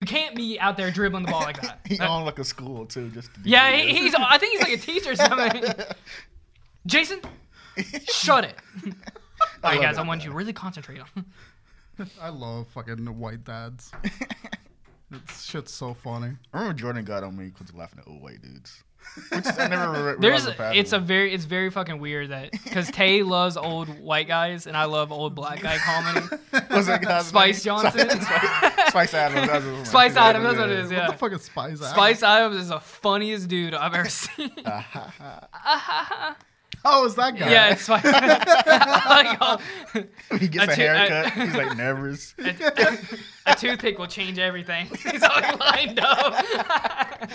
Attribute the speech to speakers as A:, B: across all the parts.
A: You can't be out there dribbling the ball like that.
B: He
A: That-
B: owned like a school too, just to be
A: yeah,
B: weird.
A: he, he's. I think he's like a teacher or something. Jason, shut it. All right,
B: love
A: guys, I want
B: that guy.
A: Oh, you to really concentrate on.
C: I love fucking the white dads. It's shit's so funny.
B: I remember Jordan got on me because laughing at old white dudes. Which I never re-
A: There's,
B: realized was bad
A: it's a
B: one.
A: very, it's very fucking weird that because Tay loves old white guys and I love old black guy comedy.
B: What's that guy's
A: Spice
B: name?
A: Johnson.
B: Spice, Spice Adams. That's what it was.
A: Spice Adams, that's what it is.
C: What
A: Yeah,
C: the fuck is Spice? Adams?
A: Spice Adams is the funniest dude I've ever seen.
C: Oh, is that guy?
A: yeah, it's Spice. like, oh,
B: He gets
A: I
B: a
A: too- I-
B: haircut. he's like nervous.
A: a, a toothpick will change everything. He's all lined up.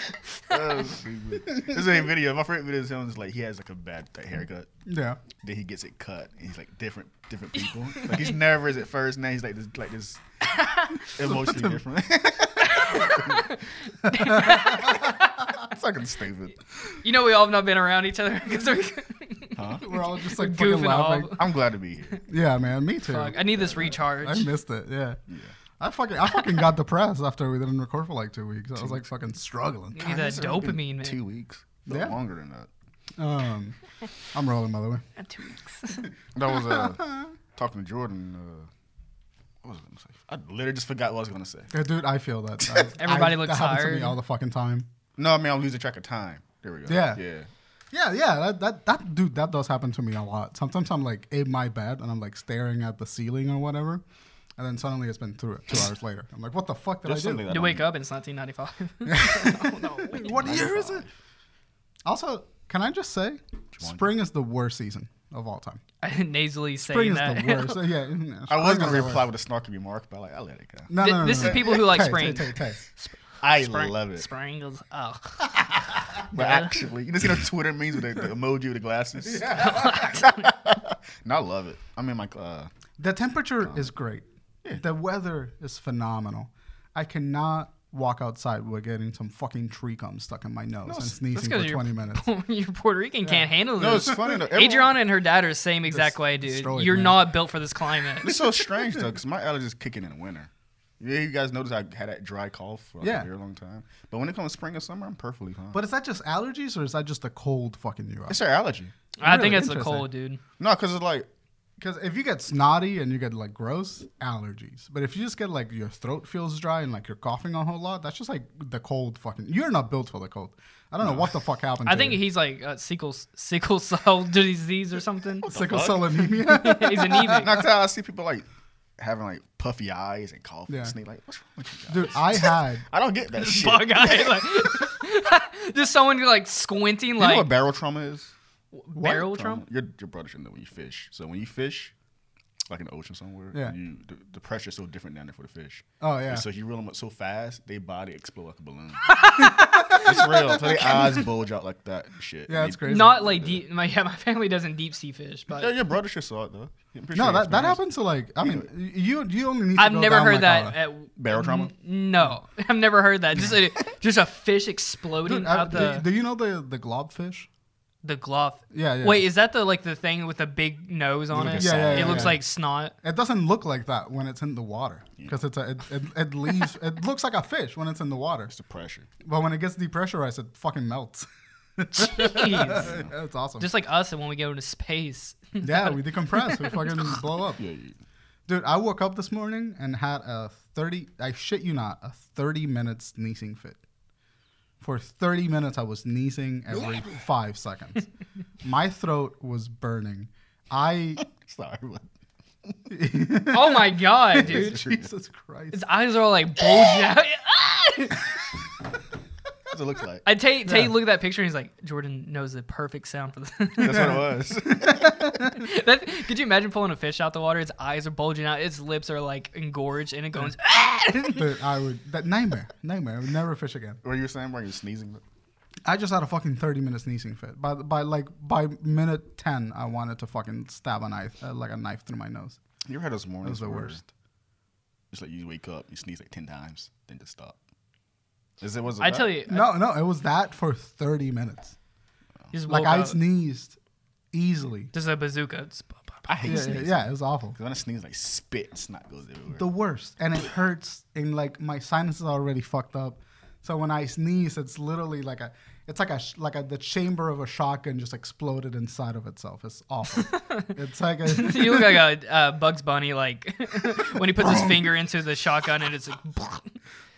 B: Oh, stupid. this is a video. My favorite video is him. Is like he has like a bad haircut.
C: Yeah.
B: Then he gets it cut. And he's like different, different people. like he's nervous at first. Now he's like this, like this emotionally different. it's fucking stupid.
A: You know, we all have not been around each other because we're.
B: Huh?
C: We're all just like fucking
A: Goofing off.
C: laughing.
B: I'm glad to be here.
C: Yeah, man. Me too.
A: Fuck, I need this recharge.
C: I missed it. Yeah. I fucking I fucking got depressed after we didn't record for like two weeks. I was like fucking struggling.
A: need that
B: It's been
A: dopamine, man.
B: Two weeks. No,
C: Yeah.
B: Longer than that.
C: Um, I'm rolling by the way.
A: Two weeks.
B: That was uh, talking to Jordan. Uh, what was I gonna say? I literally just forgot what I was gonna say.
C: Yeah, dude, I feel that. I-
A: Everybody
C: I-
A: looks
C: that happens to
A: tired.
C: me all the fucking time.
B: No, I mean I'm losing track of time. There we go.
C: Yeah.
B: Yeah.
C: Yeah, yeah, that, that that dude, that does happen to me a lot. Sometimes I'm like in my bed and I'm like staring at the ceiling or whatever, and then suddenly it's been two, two hours later. I'm like, what the fuck did
B: There's
C: I
B: something
C: do?
B: that
A: You
B: I'm-
A: wake up and it's 1995.
C: Wait, what year is it? Also, can I just say, spring is the worst season of all time.
A: I didn't nasally saying
C: Spring is
A: that.
C: the worst. yeah, yeah,
B: I was gonna
C: spring is the
B: reply
C: worst.
B: with a snarky remark, but like I let it go.
C: No,
A: Th-
C: no, no,
A: this
C: no,
A: is
C: no.
A: people who like
C: Tay,
A: spring.
C: Tay, Tay, Tay.
B: I love it.
A: Spring is oh.
B: But actually, you just see the Twitter memes with the, the emoji with the glasses. and I love it. I mean, like, uh,
C: The temperature is great. The weather is phenomenal. I cannot walk outside without getting some fucking tree gum stuck in my nose and
A: That's
C: sneezing for
A: because you're,
C: 20 minutes.
A: you're Puerto Rican can't handle
B: no,
A: this.
B: it's funny though. Everyone,
A: Adriana and her dad are the same exact
C: Just
A: way, dude.
C: destroyed,
A: You're
C: man.
A: not built for this climate.
B: it's so strange though, because my allergies kicking in the winter. Yeah, you guys notice I had that dry cough for like,
C: Yeah.
B: a very long time. But when it comes spring or summer, I'm perfectly fine.
C: But is that just allergies or is that just the cold fucking you
B: it's their allergy.
A: I
C: Really
A: think it's the
C: interesting.
A: cold, dude.
B: No, because it's like
C: Because if you get snotty and you get like gross allergies, but if you just get like your throat feels dry and like you're coughing a whole lot, that's just like the cold fucking. You're not built for the cold. I don't know what the fuck happened.
A: I
C: to
A: think
C: you.
A: he's like uh, sickle sickle cell disease or something.
C: sickle cell anemia.
A: he's E anemic.
B: not I see people like having like puffy eyes and cough
C: Yeah.
B: and sneeze. Like, what's wrong with you guys?
C: Dude, I had
B: I don't get that shit.
A: Bug eyed, like- just someone like squinting,
B: you know
A: like
B: what barrel trauma is?
A: barrel Trump.
B: Your your brother should know when you fish. So when you fish, like in the ocean somewhere,
C: Yeah.
B: you the, the pressure is so different down there for the fish.
C: Oh, yeah.
B: And so you reel them up so fast, they body explode like a balloon. it's real. So their eyes bulge out like that. and Shit.
C: Yeah,
B: And
C: it's
B: they-
C: crazy.
A: Not like deep. My yeah, my family doesn't deep sea fish, but
B: Yeah, your brother should saw it though. I'm pretty sure
C: no,
B: he
C: that, that
B: experienced it.
C: happens to like. I mean, you you only need. To
A: I've
C: go
A: never
C: down,
A: heard
C: like,
A: that. eh,
C: a-
A: At,
B: Barrel trauma?
C: Mm-hmm.
A: No, I've never heard that. Just a just a fish exploding
C: Dude, I-
A: out
C: do,
A: the
C: do you know the the globfish?
A: the glove.
C: Yeah, yeah.
A: Wait, is that the like the thing with the big nose on it?
B: like a Yeah, yeah,
A: it
B: yeah,
A: looks
C: yeah.
A: like snot.
C: It doesn't look like that when it's in the water because it's a, it, it, it leaves it looks like a fish when it's in the water,
B: It's the pressure.
C: but when it gets depressurized, it fucking melts.
A: Jeez.
C: That's awesome.
A: Just like us, and when we go into space,
C: yeah, we decompress, we fucking blow up.
B: Yeah, yeah.
C: Dude, I woke up this morning and had a thirty. I shit you not, a thirty minute sneezing fit. For thirty minutes, I was sneezing every five seconds. My throat was burning. I
B: Sorry. but-
A: oh my god, dude,
C: Jesus Christ.
A: his eyes are all like bulging out.
B: That's what it looks like.
A: I take take look at that picture, and he's like, Jordan knows the perfect sound for this.
B: That's what it was.
A: that, could you imagine pulling a fish out the water? Its eyes are bulging out, its lips are like engorged, and it goes. "Ah!"
C: Dude, I would that nightmare, nightmare. I would never fish again.
B: what you were saying? Where you were sneezing?
C: I just had a fucking thirty minute sneezing fit. By by like by minute ten, I wanted to fucking stab a knife, uh, like a knife through my nose.
B: You ever had those mornings?
C: was the
B: where
C: worst.
B: It's like you wake up, you sneeze like ten times, then just stop. Is it was? it
A: I
B: that?
A: tell you,
C: No, no, it was that for thirty minutes.
A: just
C: Like
A: woke
C: I
A: up.
C: sneezed easily.
A: This is a bazooka. It's-
B: I hate
C: Yeah, yeah,
B: sneezing.
C: yeah, it was awful.
B: 'Cause when I sneeze, like spit, snot goes everywhere.
C: The worst, and it hurts, and like my sinuses are already fucked up. So when I sneeze, it's literally like a, it's like a sh- like a, the chamber of a shotgun just exploded inside of itself. It's awful. it's like a
A: you look like a uh, Bugs Bunny, like when he puts his finger into the shotgun and it's like.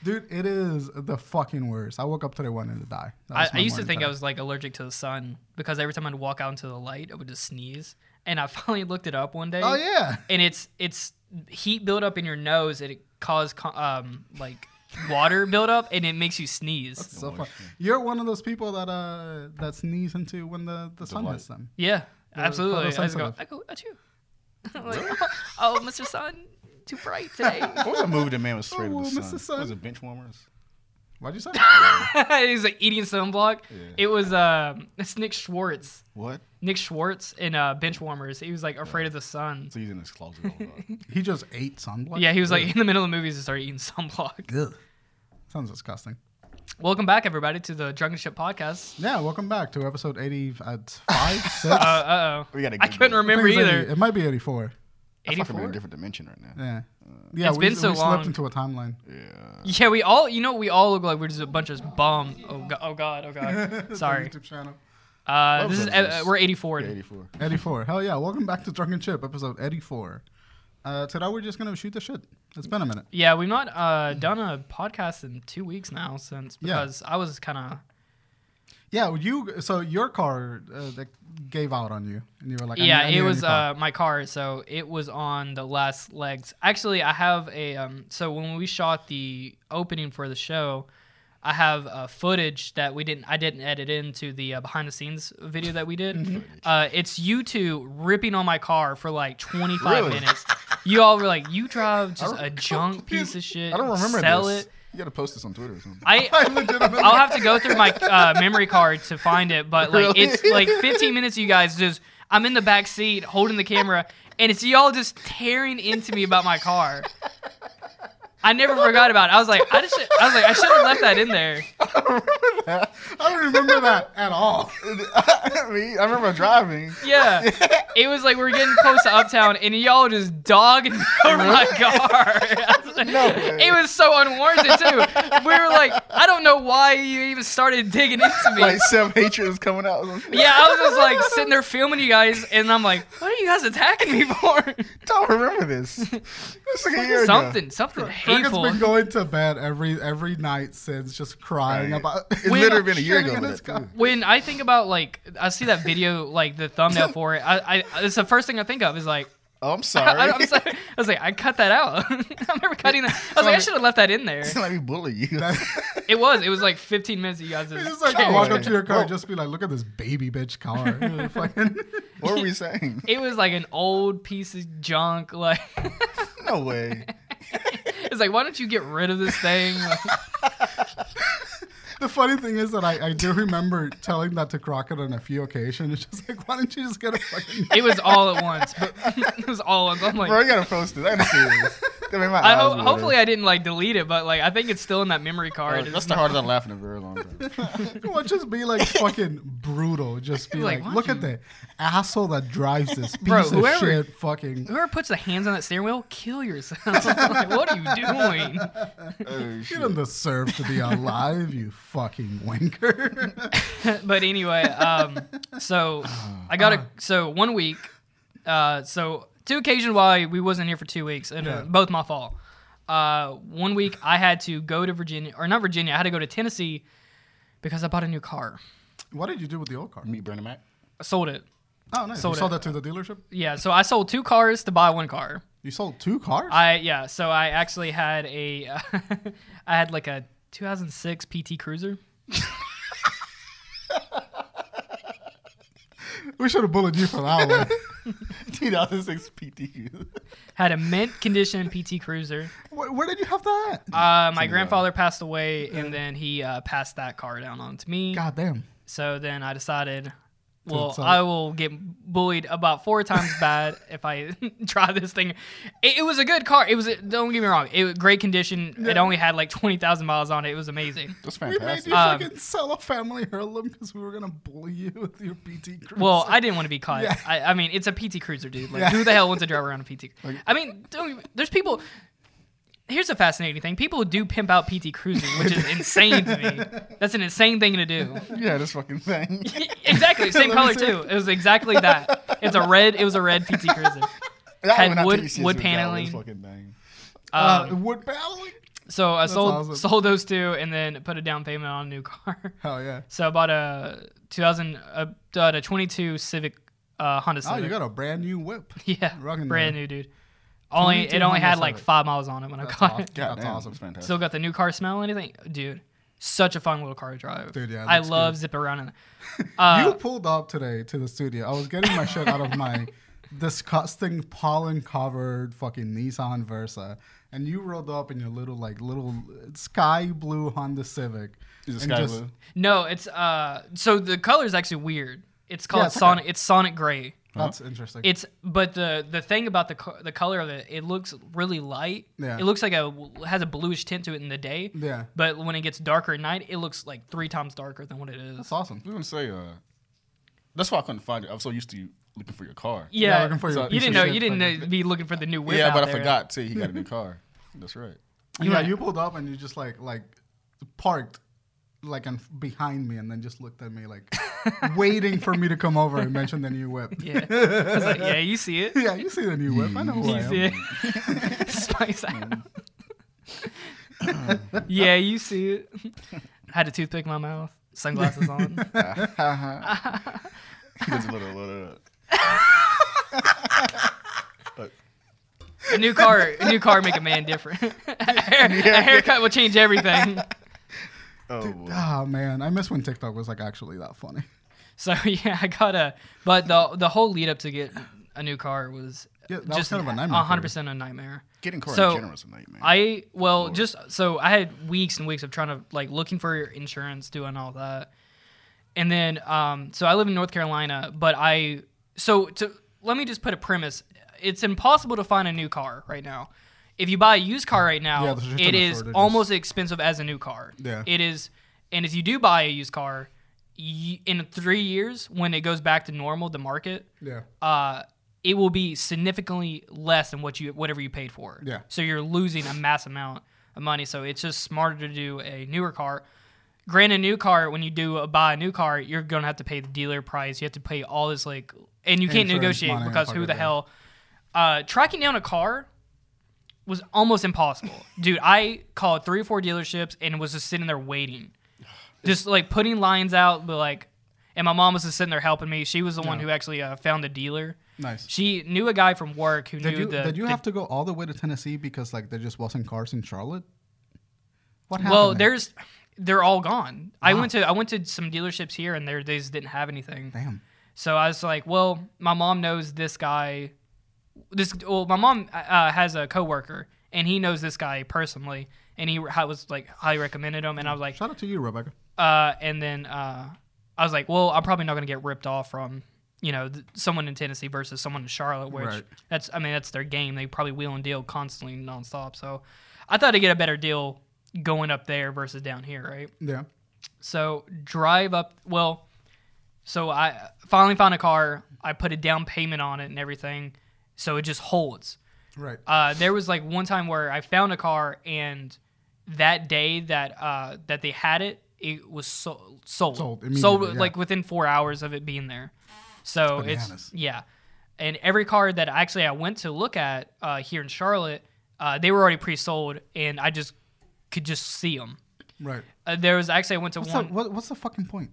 C: dude. It is the fucking worst. I woke up today wanting to die. That
A: I,
C: was
A: I
C: my
A: used to
C: morning
A: think I
C: thought.
A: was like allergic to the sun because every time I'd walk out into the light, I would just sneeze. And I finally looked it up one day.
C: Oh yeah.
A: And it's it's heat buildup in your nose. and It causes co- um like water buildup, and it makes you sneeze.
C: So fun. You're one of those people that uh that sneeze into when the, the sun
B: light.
C: hits them.
A: Yeah, absolutely. I just go,
C: photosensitive.
A: I go, achoo. like, oh, Mr. Sun, too bright today.
B: What was a movie the man was afraid
C: Oh,
B: of the
C: Mr.
B: sun?
C: Sun.
B: Was it Bench Warmers?
C: Why'd you say?
A: it was like eating sunblock.
B: Yeah.
A: It was um, it's Nick Schwartz.
B: What?
A: Nick Schwartz in uh, Bench Warmers. He was like afraid of the sun.
B: So he's in his closet. all alone.
C: he just ate sunblock.
A: Yeah, he was like in the middle of the movies and started eating sunblock.
C: Ugh. Sounds disgusting.
A: Welcome back, everybody, to the Drunken Ship podcast.
C: Yeah, welcome back to episode 85, 6.
A: Uh uh oh.
B: We gotta
A: I
B: Google
A: couldn't
B: it.
A: remember
C: Things like-
A: either.
C: It might be 84.
B: I fucking in a
A: 84?
B: different dimension right now.
C: Yeah. Yeah,
A: It's
C: we,
A: been so
C: we
A: long.
C: slipped into a timeline.
B: Yeah.
A: Yeah, we all, you know, we all look like we're just a bunch of bums. Oh, go- oh God, oh God.
C: It's a
A: Sorry.
C: YouTube channel.
A: Uh, this is,
B: was
A: uh,
B: that
A: uh,
B: first?
A: we're 84.
B: Yeah, 84.
C: 84. Hell yeah. Welcome back to Drunken Chip, episode 84. Uh, today we're just going to shoot the shit. It's been a minute.
A: Yeah, we've not uh, done a podcast in two weeks now since
C: Yeah.
A: because I was kind of
C: Yeah, you. so your car uh, that gave out on you. And you were like, I
A: yeah.
C: need- I need
A: it
C: a new
A: was
C: car.
A: uh, my car, so it was on the last legs. Actually, I have a um, so when we shot the opening for the show, I have uh, footage that we didn't I didn't edit into the uh, behind the scenes video that we did. uh, it's you two ripping on my car for like 25
B: Really?
A: minutes. You all were like, you drive just
B: don't-
A: a junk piece of shit.
B: I don't remember
A: Sell
B: this.
A: it.
B: You gotta post this on Twitter or something.
A: I
C: I legitimately.
A: I'll have to go through my uh, memory card to find it, but like
B: Really?
A: it's like 15 minutes. of You guys just, I'm in the back seat holding the camera, and it's y'all just tearing into me about my car. I never forgot about it. I was like, I just, should- I was like, I should have left that in there.
C: I don't remember that at all.
B: I mean, I remember driving.
A: Yeah, it was like we were getting close to Uptown, and y'all just dogging me over my car. I was like-
B: No
A: It was so unwarranted too. We were like, I don't know why you even started digging into me.
B: Like self hatred is coming out.
A: Yeah, I was just like sitting there filming you guys, and I'm like, what are you guys attacking me for?
B: I don't remember this. That's like a year
A: something,
B: ago.
A: something
C: Dragon's
A: hateful.
C: been going to bed every every night since, just crying
B: Right.
C: about.
B: It's literally been a year
C: Shitting
B: ago.
C: in
B: for
C: his
B: that,
C: car.
B: too.
A: When I think about like, I see that video, like the thumbnail for it. I, I it's the first thing I think of is like,
B: Oh, I'm sorry.
A: I, I'm sorry. I was like, I cut that out. I remember cutting that. I was like, I should have left that in there.
B: It's like we bully you.
A: It was, it was like 15 minutes. of You guys
C: It's
A: just
C: just like oh.
B: Can't
C: you walk
B: wait.
C: up to your car and
B: Whoa.
C: just be like, "Look at this baby bitch car." Fucking-
B: what were we saying?
A: It was like an old piece of junk. Like,
B: No way.
A: it's like, why don't you get rid of this thing? Like,
C: the funny thing is that I, I do remember telling that to Crockett on a few occasions. It's just like, why don't you just get a fucking?
A: it was all at once. But it was all at once. I'm like,
B: Bro, you gotta post this. I gotta see this. I mean, my
A: I
B: eyes
A: ho-
B: water.
A: hopefully I didn't like delete it, but like I think it's still in that memory card.
B: Oh, That's
A: It's
B: the
A: not-
B: hardest I've laughed in a very long time.
C: Well, just be like fucking brutal. Just be
A: Like,
C: like,
A: why
C: look
A: don't
C: at the asshole that drives this piece
A: Bro,
C: of
A: whoever-
C: shit. Fucking
A: Whoever puts the hands on that steering wheel, kill yourself. Like, what are you doing?
B: Oh,
C: you
B: shit.
C: don't deserve to be alive, you fucking wanker.
A: but anyway, um, so I got a so one week, uh, so two occasions why we wasn't here for two weeks, and
C: Yeah.
A: uh, both my fault. Uh, one week I had to go to Virginia or not Virginia, I had to go to Tennessee because I bought a new car.
C: what did you do with the old car?
B: Meet Brandon Mac.
A: I sold it.
C: Oh, nice.
A: Sold
C: you sold
A: it.
C: that to the dealership?
A: Yeah, so I sold two cars to buy one car.
C: You sold two cars?
A: I yeah, so I actually had a uh, I had like a 2006 PT Cruiser.
C: we should have bullied you for that one.
B: 2006 PTU.
A: Had a mint condition PT Cruiser.
C: Where, where did you have that?
A: Uh, my grandfather passed away, and then he uh, passed that car down onto me.
C: God damn.
A: So then I decided Well,
C: it's all-
A: I will get bullied about four times bad if I try this thing. It, it was a good car. It was. A, don't get me wrong. It was great condition. It only had like twenty thousand miles on it. It was amazing.
B: That's
C: We made
B: fantastic.
C: you
A: Um,
C: fucking sell a family heirloom because we were gonna bully you with your PT cruiser.
A: Well, I didn't want to be caught.
C: Yeah.
A: I, I mean, it's a PT Cruiser, dude. Like,
C: Yeah.
A: who the hell wants to drive around a PT? I mean, don't, there's people. Here's a fascinating thing: people who do pimp out PT Cruisers, which is insane to me. That's an insane thing to do. E,
B: yeah, this fucking thing.
A: exactly, same
C: Let me
A: color
C: see.
A: too. It was exactly that. It's a red. It was a red PT Cruiser.
B: That
A: Had
B: would not
A: wood-
B: take you seriously
A: wood
B: with that one, this
A: paneling.
B: fucking thing.
C: uh,
A: Um,
C: wood battling.
A: so I sold
C: awesome.
A: sold those two and then put a down payment on a new car.
C: Hell yeah!
A: So I bought a 2000 a, uh, a 22 Civic uh, Honda
C: Oh,
A: Civic.
C: you got a brand new whip.
A: Yeah,
C: Rocking
A: brand new, dude. Only
C: 22
A: it only
C: Honda
A: had like
C: Civic.
A: five miles on it when I
C: That's
A: got
C: awesome.
A: it.
B: God
C: That's
B: damn,
C: awesome.
B: That's fantastic.
A: Still got the new car smell. Anything, dude? Such a fun little car to drive.
C: Dude, yeah, it
A: I
C: looks
A: love
C: good.
A: zipping around in. it. Uh,
C: you pulled up today to the studio. I was getting my shit out of my disgusting pollen covered fucking Nissan Versa, and you rolled up in your little like little sky blue Honda Civic.
B: Is it
C: and
B: sky
C: just-
B: blue?
A: no, it's uh. So the color is actually weird. It's called
C: it's okay.
A: Sonic. It's Sonic Gray.
C: That's interesting.
A: It's but the the thing about the co- the color of it, it looks really light.
C: Yeah.
A: It looks like a has a bluish tint to it in the day.
C: Yeah.
A: But when it gets darker at night, it looks like three times darker than what it
C: That's
A: is.
C: awesome.
B: I was gonna say, uh, that's why I couldn't find it. I was so used to you looking for your car.
A: Yeah.
C: looking for your
A: you
C: piece
A: didn't
C: of
A: know.
C: shit
A: You didn't
C: fucking-
A: know, be looking for the new whip.
B: yeah,
A: out
B: but I
A: there.
B: forgot too. He got a new car. That's right.
C: Yeah,
A: right.
C: you pulled up and you just like like parked like and behind me and then just looked at me like waiting for me to come over and mention the new whip.
A: Yeah. I was like, yeah, you see it.
C: Yeah, you see the new whip. I know who
A: You
C: I am.
A: see it. Spice Adam. yeah, you see it. Had a toothpick in my mouth, sunglasses on.
B: He does a little, little. Look,
A: A new car, a new car make a man different. a, hair- a haircut will change everything.
B: oh, boy.
C: Ah man, I miss when TikTok was like actually that funny.
A: So yeah, I got a. But the the whole lead up to get a new car was
C: Yeah, that was
A: just
C: kind of a nightmare for
A: hundred
C: you.
A: percent a nightmare.
B: getting car
A: So,
B: so, generous tonight, man.
A: I well, just so I had weeks and weeks of trying to like looking for insurance, doing all that, and then um, so I live in North Carolina, but I so to let me just put a premise: it's impossible to find a new car right now. If you buy a used car right
C: Yeah,
A: now,
C: there's just
A: it
C: ton of
A: is
C: shortages.
A: almost as expensive as a new car.
C: Yeah.
A: it is, and if you do buy a used car, y in three years when it goes back to normal, the market,
C: Yeah.
A: uh, it will be significantly less than what you whatever you paid for.
C: Yeah.
A: So you're losing a mass amount of money. So it's just smarter to do a newer car. Grant a new car when you do a, buy a new car, you're gonna have to pay the dealer price. You have to pay all this like, and you can't
C: Insurance
A: negotiate
C: money and
A: because
C: fuck
A: who
C: it,
A: the
C: yeah.
A: hell? Uh, tracking down a car was almost impossible, dude. I called three or four dealerships and was just sitting there waiting, just like putting lines out, but like, and my mom was just sitting there helping me. She was the one who actually uh, found a dealer.
C: Nice.
A: She knew a guy from work who
C: Did
A: knew
C: you
A: the.
C: did you
A: the-
C: have to go all the way to Tennessee because like there just wasn't cars in Charlotte? What happened?
A: well,
C: there?
A: there's, they're all gone. I went to I went to some dealerships here, and they they just didn't have anything.
C: damn.
A: So I was like, well, my mom knows this guy. This well, my mom uh, has a coworker, and he knows this guy personally, and he I was like highly recommended him, and I was like,
C: Shout out to you, Rebecca.
A: uh, and then uh, I was like, well, I'm probably not gonna get ripped off from you know th- someone in Tennessee versus someone in Charlotte, which
C: Right.
A: that's I mean that's their game. They probably wheel and deal constantly nonstop. So I thought I'd get a better deal going up there versus down here, right?
C: Yeah.
A: So drive up. Well, so I finally found a car. I put a down payment on it and everything, so it just holds.
C: Right.
A: Uh, there was like one time where I found a car, and that day that uh, that they had it, it was so- sold.
C: Sold
A: Sold,
C: immediately, yeah.
A: like within four hours of it being there. So it's
C: bananas.
A: yeah, and every car that actually I went to look at uh, here in Charlotte, uh, they were already pre-sold, and I just could just see them.
C: right.
A: Uh, there was actually I went to
C: What's the,
A: one.
C: what, what's the fucking point?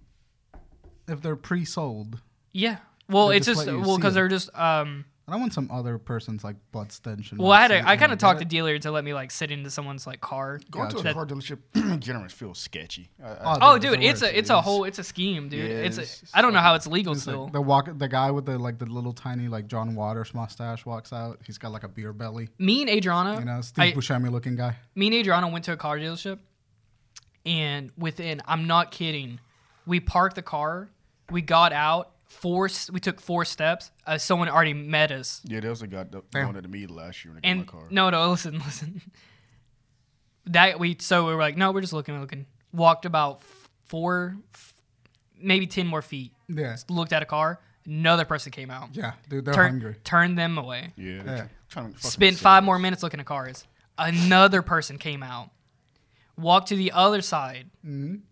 C: If they're pre-sold,
A: Yeah. Well,
C: They
A: it's
C: just
A: just
C: let you
A: well
C: see
A: because
C: them.
A: they're just um.
C: I don't want some other person's like blood stench. And
A: Well, I had a,
C: receipt
A: I
C: and
A: kind of talked to
C: get
A: dealer to let me like sit into someone's like car.
B: Going to a
A: That-
B: car dealership generous feels sketchy. I, I,
C: it.
A: Oh,
C: it's
A: dude,
C: the
A: it's
C: worst.
A: a it's a whole it's a scheme, dude.
B: Yeah,
A: it's
B: it's just
A: a, I don't know how it's legal
C: It's like
A: still.
C: the walk, the guy with the like the little tiny like John Waters mustache walks out. He's got like a beer belly,
A: me and Adriana,
C: you know, Steve
A: I,
C: Buscemi looking guy.
A: me and Adriana went to a car dealership, and within I'm not kidding, we parked the car, we got out, four. s- We took four steps. Uh, someone already met us.
B: Yeah, there was a guy that
C: Damn.
B: wanted to meet last year when I got my
A: And
B: car.
A: no, no, listen, listen. That we so we were like, no, we're just looking, looking. Walked about f- four, f- maybe ten more feet.
C: Yeah.
A: Looked at a car. Another person came out.
C: Yeah, dude, they're
A: Turn-
C: hungry.
A: Turned them away.
B: Yeah,
C: Yeah.
B: yeah. Trying to
A: Spent five more minutes looking at cars. Another person came out. Walked to the other side.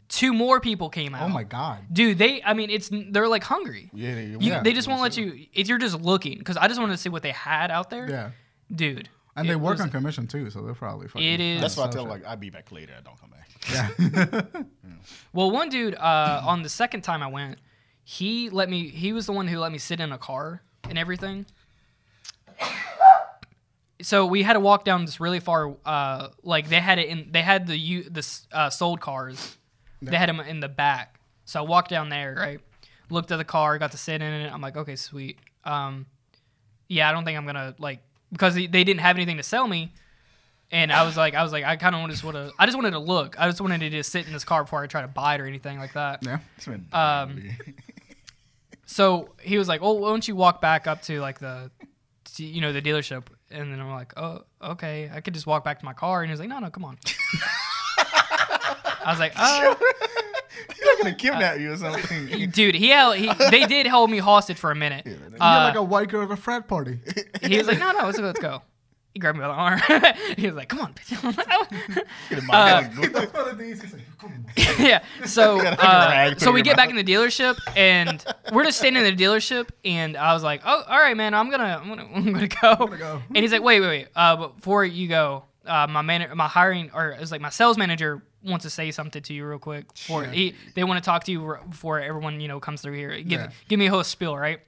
A: Two more people came out.
C: Mm-hmm. Oh my god.
A: Dude, they. I mean, it's they're like hungry.
B: Yeah, they,
A: You,
B: yeah.
A: They just won't let you. If you're just looking, because I just wanted to see what they had out there.
C: Yeah.
A: Dude.
C: And
A: it
C: they work
A: was-
C: on commission too, so they're probably fucking.
A: It is-
B: That's why I
C: so
B: tell
C: shit.
B: them, like I'll be back later. I don't come back.
A: Well, one dude uh, on the second time I went, he let me. He was the one who let me sit in a car and everything. So we had to walk down this really far. Uh, like they had it in. They had the u- the s- uh, sold cars. They had them in the back. So I walked down there, right? Looked at the car, got to sit in it. I'm like, okay, sweet. Um, yeah, I don't think I'm gonna like because they, they didn't have anything to sell me. And I was like, I was like, I kind of just want to, I just wanted to look. I just wanted to just sit in this car before I try to buy it or anything like that.
C: Yeah.
B: It's been
A: Um, So he was like, "Oh, why don't you walk back up to like the, to, you know, the dealership?" And then I'm like, "Oh, okay, I could just walk back to my car." And he's like, "No, no, come on." I was like, "Oh,
B: They're gonna kidnap you or something.
A: dude, he, held, he they did hold me hostage for a minute."
C: You're
A: Uh,
C: like a white girl at a frat party.
A: he was like, "No, no, let's go, let's go." He grabbed me by the arm. he was like, "Oh." "Come on." bitch."
B: Get in my house.
A: Uh,
C: That's one of these. He's like, come on.
A: yeah. So
B: got a
A: uh,
B: rag
A: so
B: put
A: we
B: in
A: get
B: your
A: back in the dealership and we're just standing in the dealership and I was like, oh, all right, man, I'm gonna I'm gonna I'm gonna go.
C: go.
A: And he's like, wait, wait, wait. Uh, but before you go, uh, my man, my hiring or it was like my sales manager wants to say something to you real quick. Before he, they want to talk to you r- before everyone you know comes through here. Give
C: Yeah.
A: give me a whole spiel, right?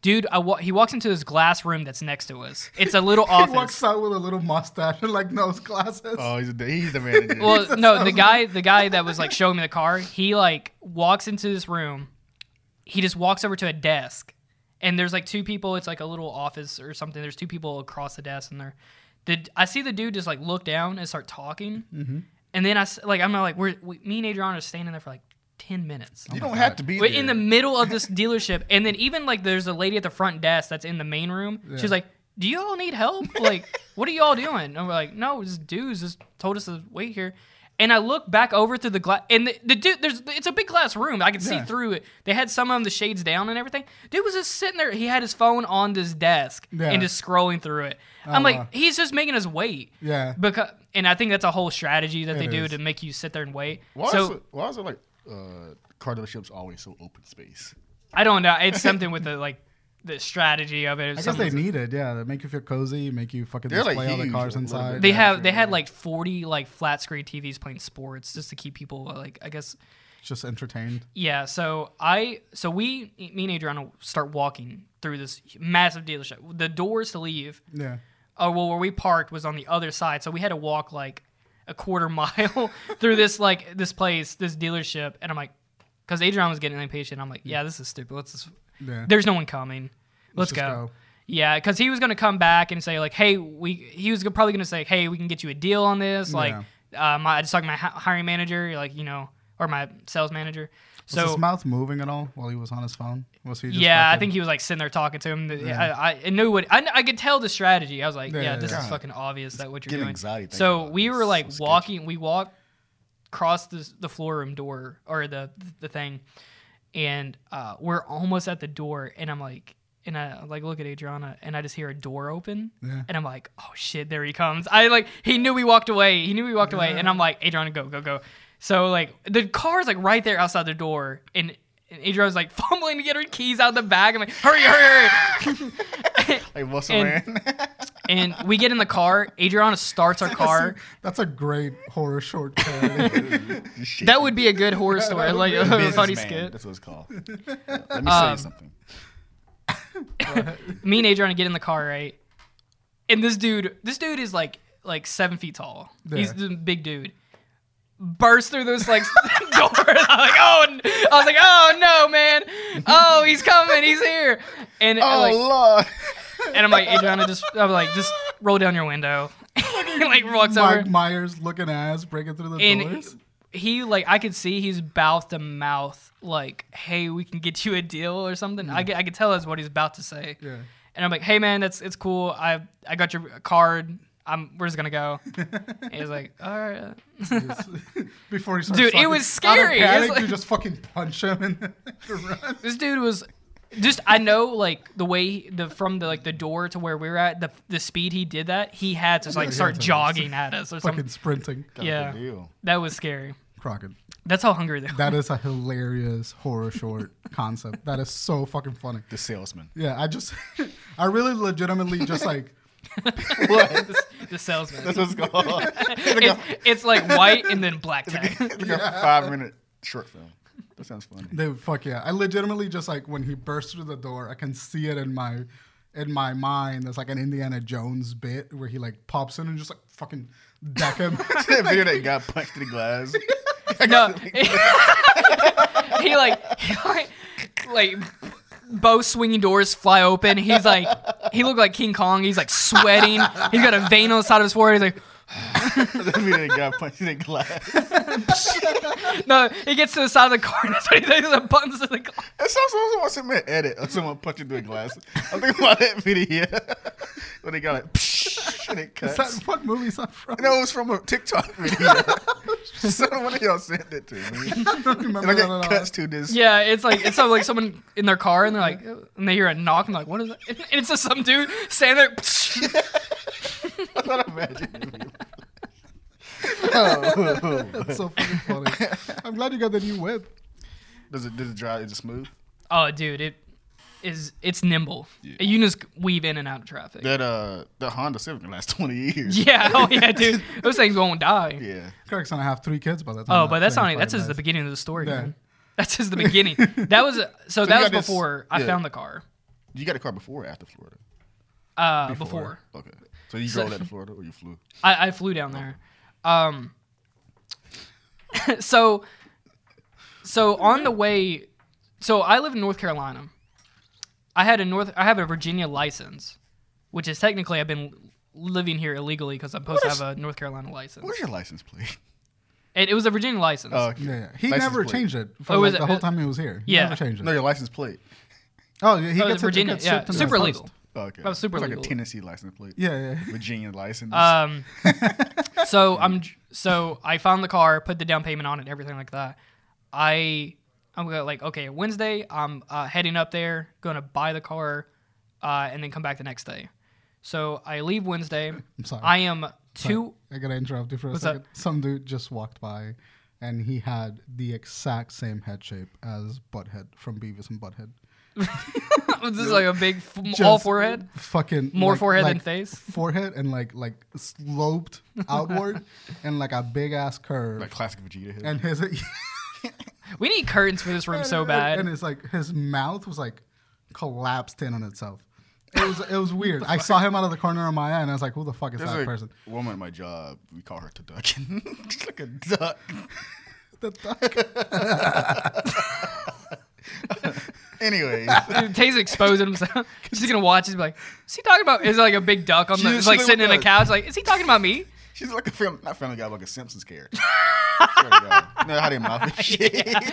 A: Dude, I wa- he walks into this glass room that's next to us. It's a little office.
C: He walks out with a little mustache and like nose glasses.
B: Oh, he's the he's the manager.
A: well, no, the guy, the guy that was like showing me the car, he like walks into this room. He just walks over to a desk, and there's like two people. It's like a little office or something. There's two people across the desk, and they're. Did I see the dude just like look down and start talking? Mm-hmm. And then I s- like I'm like we're we, me and Adrian are standing there for like ten minutes.
B: you don't have to be
A: We're
B: there.
A: in the middle of this dealership, and then even like there's a lady at the front desk that's in the main room. She's like, "Do you all need help? Like, what are you all doing?" And we're like, "No, this dude's just told us to wait here." And I look back over through the glass, and the, the dude, there's it's a big glass room. I can see
C: Yeah.
A: through it. They had some of the shades down and everything. Dude was just sitting there. He had his phone on this desk
C: Yeah.
A: and just scrolling through it. I'm like,
C: wow.
A: he's just making us wait.
C: Yeah.
A: Because, and I think that's a whole strategy that they
C: It
A: do
C: is.
A: to make you sit there and wait.
B: Why,
A: so
B: is it, why is it like uh, car dealerships always so open space?
A: I don't know. It's something with the like the strategy of it.
C: I guess
A: Something-
C: they need it, yeah. They make you feel cozy, make you fucking
B: They're,
C: display
B: like,
C: all the
B: huge,
C: cars
B: a little
C: inside.
B: bit.
A: they
B: Yeah,
A: have
B: sure,
A: they had
B: yeah.
A: like forty like flat screen TVs playing sports just to keep people like I guess
C: just entertained.
A: yeah. So I so we me and Adriana start walking through this massive dealership. The doors to leave
C: Yeah.
A: oh well where we parked was on the other side so we had to walk like a quarter mile through this like this place this dealership and i'm like because adrian was getting impatient i'm like
C: Hmm.
A: yeah this is stupid let's just
C: Yeah.
A: there's no one coming let's,
C: Let's just
A: go.
C: go.
A: yeah because he was gonna come back and say like hey we he was probably gonna say hey we can get you a deal on this like uh, my, i just talked to my hi- hiring manager like you know or my sales manager
C: Was
A: so
C: his mouth moving at all while he was on his phone? Was he just
A: yeah, I
C: fucking-
A: think he was like sitting there talking to him.
C: Yeah.
A: I, I, I knew what I, I could tell the strategy. I was like, yeah,
C: Yeah, yeah,
A: this is
B: yeah.
A: fucking obvious that what you're
B: getting
A: doing.
B: anxiety thinking
A: so
B: about
A: we
B: this.
A: were
B: So
A: like
B: sketchy.
A: walking. We walked across the the floor room door or the the thing, and uh, we're almost at the door, and I'm like. And I like look at Adriana, and I just hear a door open,
C: Yeah.
A: and I'm like, "Oh shit, there he comes!" I like he knew we walked away. He knew we walked away, and I'm like, "Adriana, go, go, go!" So like the car's like right there outside the door, and, and Adriana's like fumbling to get her keys out of the bag. I'm like, "Hurry, hurry, hurry!"
B: Like what's
A: And-
B: man?
A: and we get in the car. Adriana starts our car.
C: That's a great horror short parody.
A: That would be a good horror story, like a funny skit. Um,
B: That's what it's called. Yeah, Let me say something.
A: me and Adrian get in the car, right? And this dude, this dude is like like seven feet tall. He's
C: Yeah.
A: the big dude. Burst through this like door. And I'm like, oh, n- I was like, oh no, man. Oh, he's coming. He's here. And
B: Oh
A: like,
B: lord!
A: and I'm like, Adriana, just I'm like, just roll down your window. And, like walks over.
C: Mike Myers looking ass breaking through the
A: And
C: doors.
A: he like I could see he's mouth to mouth like, "Hey, we can get you a deal or something." I could, I could tell that's what he's about to say.
C: Yeah.
A: And I'm like, "Hey, man, that's it's cool. I I got your card. I'm we're just gonna go." and he's like, "All right."
C: Just- Before he starts
A: Dude, it
C: talking,
A: was
C: out of
A: scary. It's
C: panic,
A: like-
C: you just fucking punch him and run.
A: this dude was just I know like the way he- the from the like the door to where we were at the the speed he did that he had to like
C: he
A: start
C: had to.
A: jogging at us or something.
C: fucking sprinting.
A: Yeah.
B: Good deal.
A: That was scary.
C: Crockett.
A: That's how hungry they were.
C: That is a hilarious horror short concept. That is so fucking funny.
B: The salesman.
C: Yeah, I just, I really legitimately just like,
B: what?
A: the salesman.
B: That's what's going on. It's like,
A: It's,
B: a,
A: it's like white and then black tag.
B: it's like a five minute short film. That sounds funny.
C: dude, fuck yeah. I legitimately just like when he bursts through the door, I can see it in my, in my mind. There's like an Indiana Jones bit where he like pops in and just like fucking deck him.
B: that video that got punched in the glass.
A: No, he like, he like, like, both swinging doors fly open. He's like, he looked like King Kong. He's like sweating. He's got a vein on the side of his forehead. He's
B: that video that got punched in the glass.
A: like, no, he gets to the side of the car. and That's what he does. The buttons of the car.
B: It sounds like someone sent me an edit of someone punching through a glass. I'm thinking about that video when they got like psh, and it
C: Is
B: cuts.
C: that, what movie is that from?
B: no, it was from a TikTok video. Someone of y'all sent it to me.
C: I don't remember
B: Like it
C: that at all.
B: cuts to this.
A: Yeah, it's like it's so like someone in their car and they're like, and they hear a knock and they're like, what is that? And it's just some dude standing there.
B: I thought I imagined. oh.
C: That's so fucking funny. I'm glad you got the new whip.
B: Does it does it dry? Is it smooth?
A: Oh, dude, it is. It's nimble.
B: Yeah.
A: You can just weave in and out of traffic.
B: That uh, the Honda Civic can last twenty years.
A: Yeah, oh yeah, dude. Those things won't die.
B: Yeah.
C: Craig's gonna have three kids by the time.
A: Oh, but that's not.
C: thing
A: That's just the
C: finalizes.
A: beginning of the story.
C: Yeah.
A: Man. That's just the beginning. that was so.
B: you
A: that was
B: got this-
A: before I
B: yeah.
A: found the car.
B: You got a car before or after Florida?
A: Uh, before,
B: Okay. So you
A: So-
B: drove that to Florida or you flew?
A: I, I flew down there. Um. so, so on the way, so I live in North Carolina. I had a North. I have a Virginia license, which is technically I've been living here illegally because I'm supposed
B: is-
A: to have a North Carolina license.
B: Where's your Oh. license plate?
A: It, it was a Virginia license.
B: okay.
C: Yeah, yeah. he
B: License
C: never
B: plate.
C: changed it for
A: Oh,
C: like,
A: was
C: the
A: it-
C: whole time he was here. He
A: Yeah.
C: never changed it.
B: No, your license plate.
C: oh yeah, he
A: oh, it
C: gets
A: was
C: it- it
A: Virginia.
C: gets
A: yeah,
C: shipped in the
A: super
C: post.
A: illegal.
B: Oh, Okay.
A: That was super
B: it's like
A: legal.
B: a Tennessee license plate.
C: Yeah, yeah.
B: Virginia license.
A: Um, so I'm so I found the car, put the down payment on it, everything like that. I I'm gonna like okay Wednesday I'm uh, heading up there, gonna buy the car, uh, and then come back the next day. So I leave Wednesday. I'm
C: sorry.
A: I am two.
C: I gotta interrupt you for a
A: What's
C: second. Some dude just walked by, and he had the exact same head shape as Butthead from Beavis and Butthead.
A: this is like a big f- all
C: Just
A: forehead.
C: fucking
A: More forehead than
C: like
A: face?
C: Forehead and like like sloped outward, and like a big ass curve.
B: like classic Vegeta. Head.
C: and his
A: We need curtains for this room so
C: and-
A: bad.
C: And it's like his mouth was like collapsed in on itself. It was it was weird. I saw him out of the corner of my eye, and I was like, "Who the fuck is
B: There's
C: that
B: a
C: person?"
B: woman at my job. We call her Tadukin. She's like a duck.
C: The duck.
B: Anyways,
A: Dude, Tay's exposing himself. She's gonna watch. She's like, "Is he talking about?" Is it like a big duck on the?
B: She-
A: It's
B: she
A: like
B: looked
A: sitting in a
B: like-
A: couch. Like, is he talking about me?
B: she's like a family, not family guy, but like a Simpsons character. Swear to God. You know how they mouth and shit.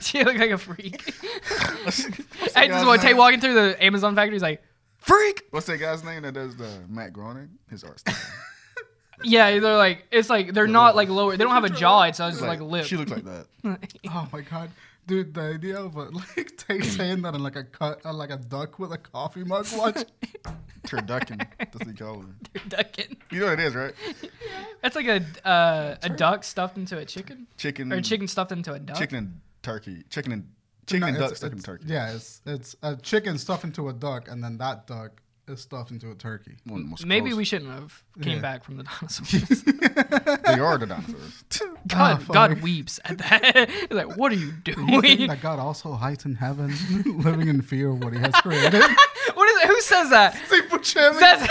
A: She looked like a freak.
B: What's that
A: I
B: guy's
A: just want Tay
B: name?
A: walking through the Amazon factory. He's like, freak.
B: What's that guy's name that does the Matt Groening? His art style.
A: Yeah, they're like, it's like they're not like lower. They don't have a jaw. It's just like, lip.
B: She looks like that.
C: Oh my god, dude! The idea of a, like Tay saying that in like a cut, uh, like a duck with a coffee mug watch.
B: Turducken. That's what they call her.
A: Ducking.
B: You know what it is, right?
A: That's like a uh, a duck stuffed into a chicken,
B: Chicken.
A: or chicken stuffed into a duck.
B: Hmm. Chicken and turkey. Chicken and chicken
C: No,
B: and
C: it's-
B: duck stuck in
C: it's-
B: turkey.
C: Yeah, it's it's a chicken stuffed into a duck, and then that duck is stuffed into a turkey.
B: One of the most
A: Maybe
B: gross-
A: we shouldn't have came
C: Yeah.
A: back from the dinosaurs.
B: They are the dinosaurs.
A: God,
C: Ah, fuck.
A: God weeps at that. He's like, what are you
C: You think
A: doing?
C: that God also hides in heaven, living in fear of what He has created.
A: what is? Who says that?
B: Super chilling.
A: That's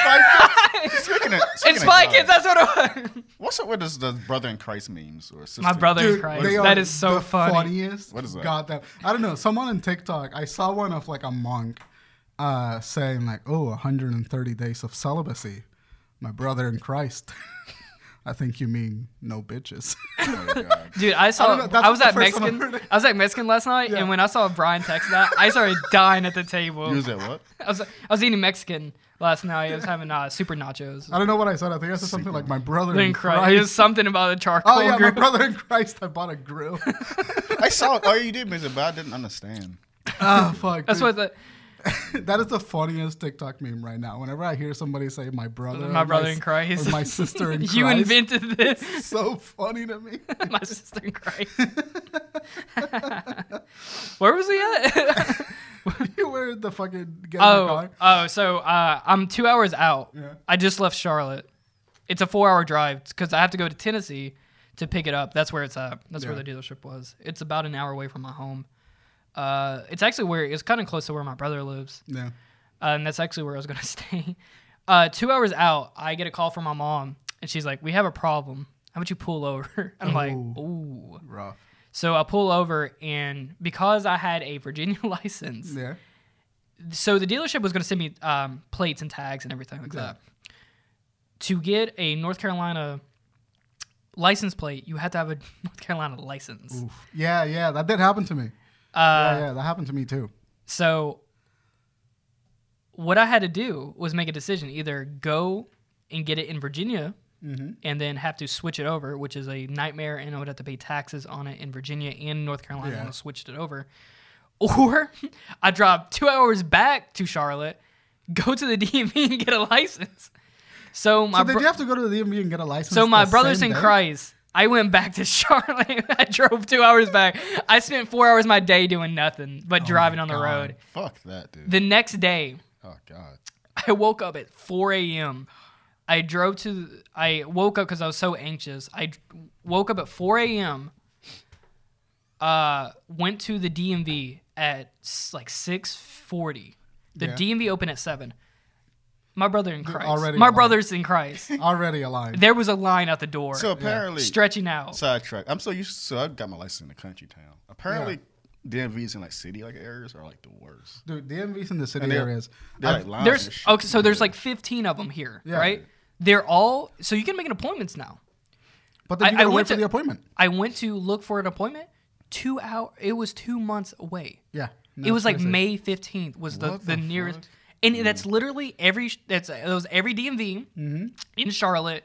B: Speaking of,
A: it's
B: speaking of
A: Spy
B: God,
A: Kids. That's what it was.
B: What's up with this, the brother in Christ memes or sister?
A: My brother in
C: Dude,
A: Christ.
C: they are
A: that is so
C: the
A: funny.
C: funniest.
B: What is that?
C: Goddamn. I don't know. Someone on TikTok, I saw one of like a monk uh, saying like, "Oh, 130 days of celibacy, my brother in Christ." I think you mean no bitches.
B: Oh, God.
A: Dude, I saw.
C: know,
A: I,
C: that's
A: was
C: the
A: at
C: first time I
A: Mexican.
C: heard it.
A: I was at Mexican last night,
C: Yeah.
A: and when I saw Brian text that, I started dying at the table.
B: You was at what?
A: I was I was eating Mexican last night. I was having uh, super nachos.
C: I don't know what I said. I think I said something like my brother
A: Then
C: Oh, in
A: cry. It was
C: Christ.
A: something about the charcoal
C: Oh yeah, my
A: grill.
C: brother in Christ. I bought a grill.
B: I saw. Oh, you did mention, but I didn't understand.
C: oh fuck.
A: That's what
C: dude.
A: the
C: that is the funniest TikTok meme right now. Whenever I hear somebody say my brother,
A: my
C: or
A: brother
C: s-
A: in Christ.
C: or my sister in Christ,
A: you invented this.
C: so funny to me.
A: my sister in Christ. Where was he at?
C: you were the fucking get in the
A: oh,
C: car.
A: oh. So uh, I'm two hours out.
C: Yeah.
A: I just left Charlotte. It's a four-hour drive because I have to go to Tennessee to pick it up. That's where it's at. That's where
C: Yeah.
A: the dealership was. It's about an hour away from my home. Uh, it's actually where it's kind of close to where my brother lives.
C: Yeah.
A: uh, and that's actually where I was gonna stay. Uh, two hours out, I get a call from my mom, and she's like, "We have a problem. How about you pull over?" I'm like, "Ooh."
C: Rough.
A: So I pull over, and because I had a Virginia license,
C: Yeah.
A: so the dealership was gonna send me um, plates and tags and everything like
C: Yeah.
A: that. To get a North Carolina license plate, you had to have a North Carolina license.
C: Oof. Yeah, yeah, that did happen to me.
A: Uh,
C: yeah, yeah, that happened to me too.
A: So what I had to do was make a decision: either go and get it in Virginia,
C: Mm-hmm.
A: and then have to switch it over, which is a nightmare, and I would have to pay taxes on it in Virginia and North Carolina
C: Yeah.
A: when I switched it over. Or I drive two hours back to Charlotte, go to the DMV and get a license. So my
C: So did
A: bro-
C: you have to go to the DMV and get a license?
A: so my
C: the
A: brothers
C: same
A: in
C: day?
A: Christ. I went back to Charlotte. I drove two hours back. I spent four hours of my day doing nothing but driving on the
C: Oh God.
A: road.
B: Fuck that, dude.
A: The next day,
B: Oh God.
A: I woke up at 4 a.m. I drove to. I woke up because I was so anxious. I d- woke up at 4 a.m. Uh, went to the DMV at s- like 6:40. The
C: Yeah.
A: DMV opened at seven. My brother in Christ.
C: already
A: My
C: alive.
A: brother's in Christ.
C: Already alive.
A: There was a line out the door,
B: So apparently,
A: stretching out.
B: sidetrack. I'm so used. To, so I got my license in a country town. Apparently, DMVs in like city like areas are like the worst.
C: Dude, DMVs in the city
B: And they're-
C: areas.
B: They're
C: I've-
B: like lines
A: There's
B: and shit.
A: okay, so there's like 15 of them here,
C: Yeah.
A: right? They're all so you can make an appointments now.
C: but
A: I-
C: then you
A: I
C: gotta
A: went
C: wait for
A: to-
C: the appointment.
A: I went to look for an appointment. Two hour. It was two months away.
C: Yeah.
A: it was like
C: seriously.
A: May fifteenth was the,
B: What
A: the,
B: the
A: nearest,
B: fuck?
A: and that's literally every sh- that's it was every DMV in Charlotte,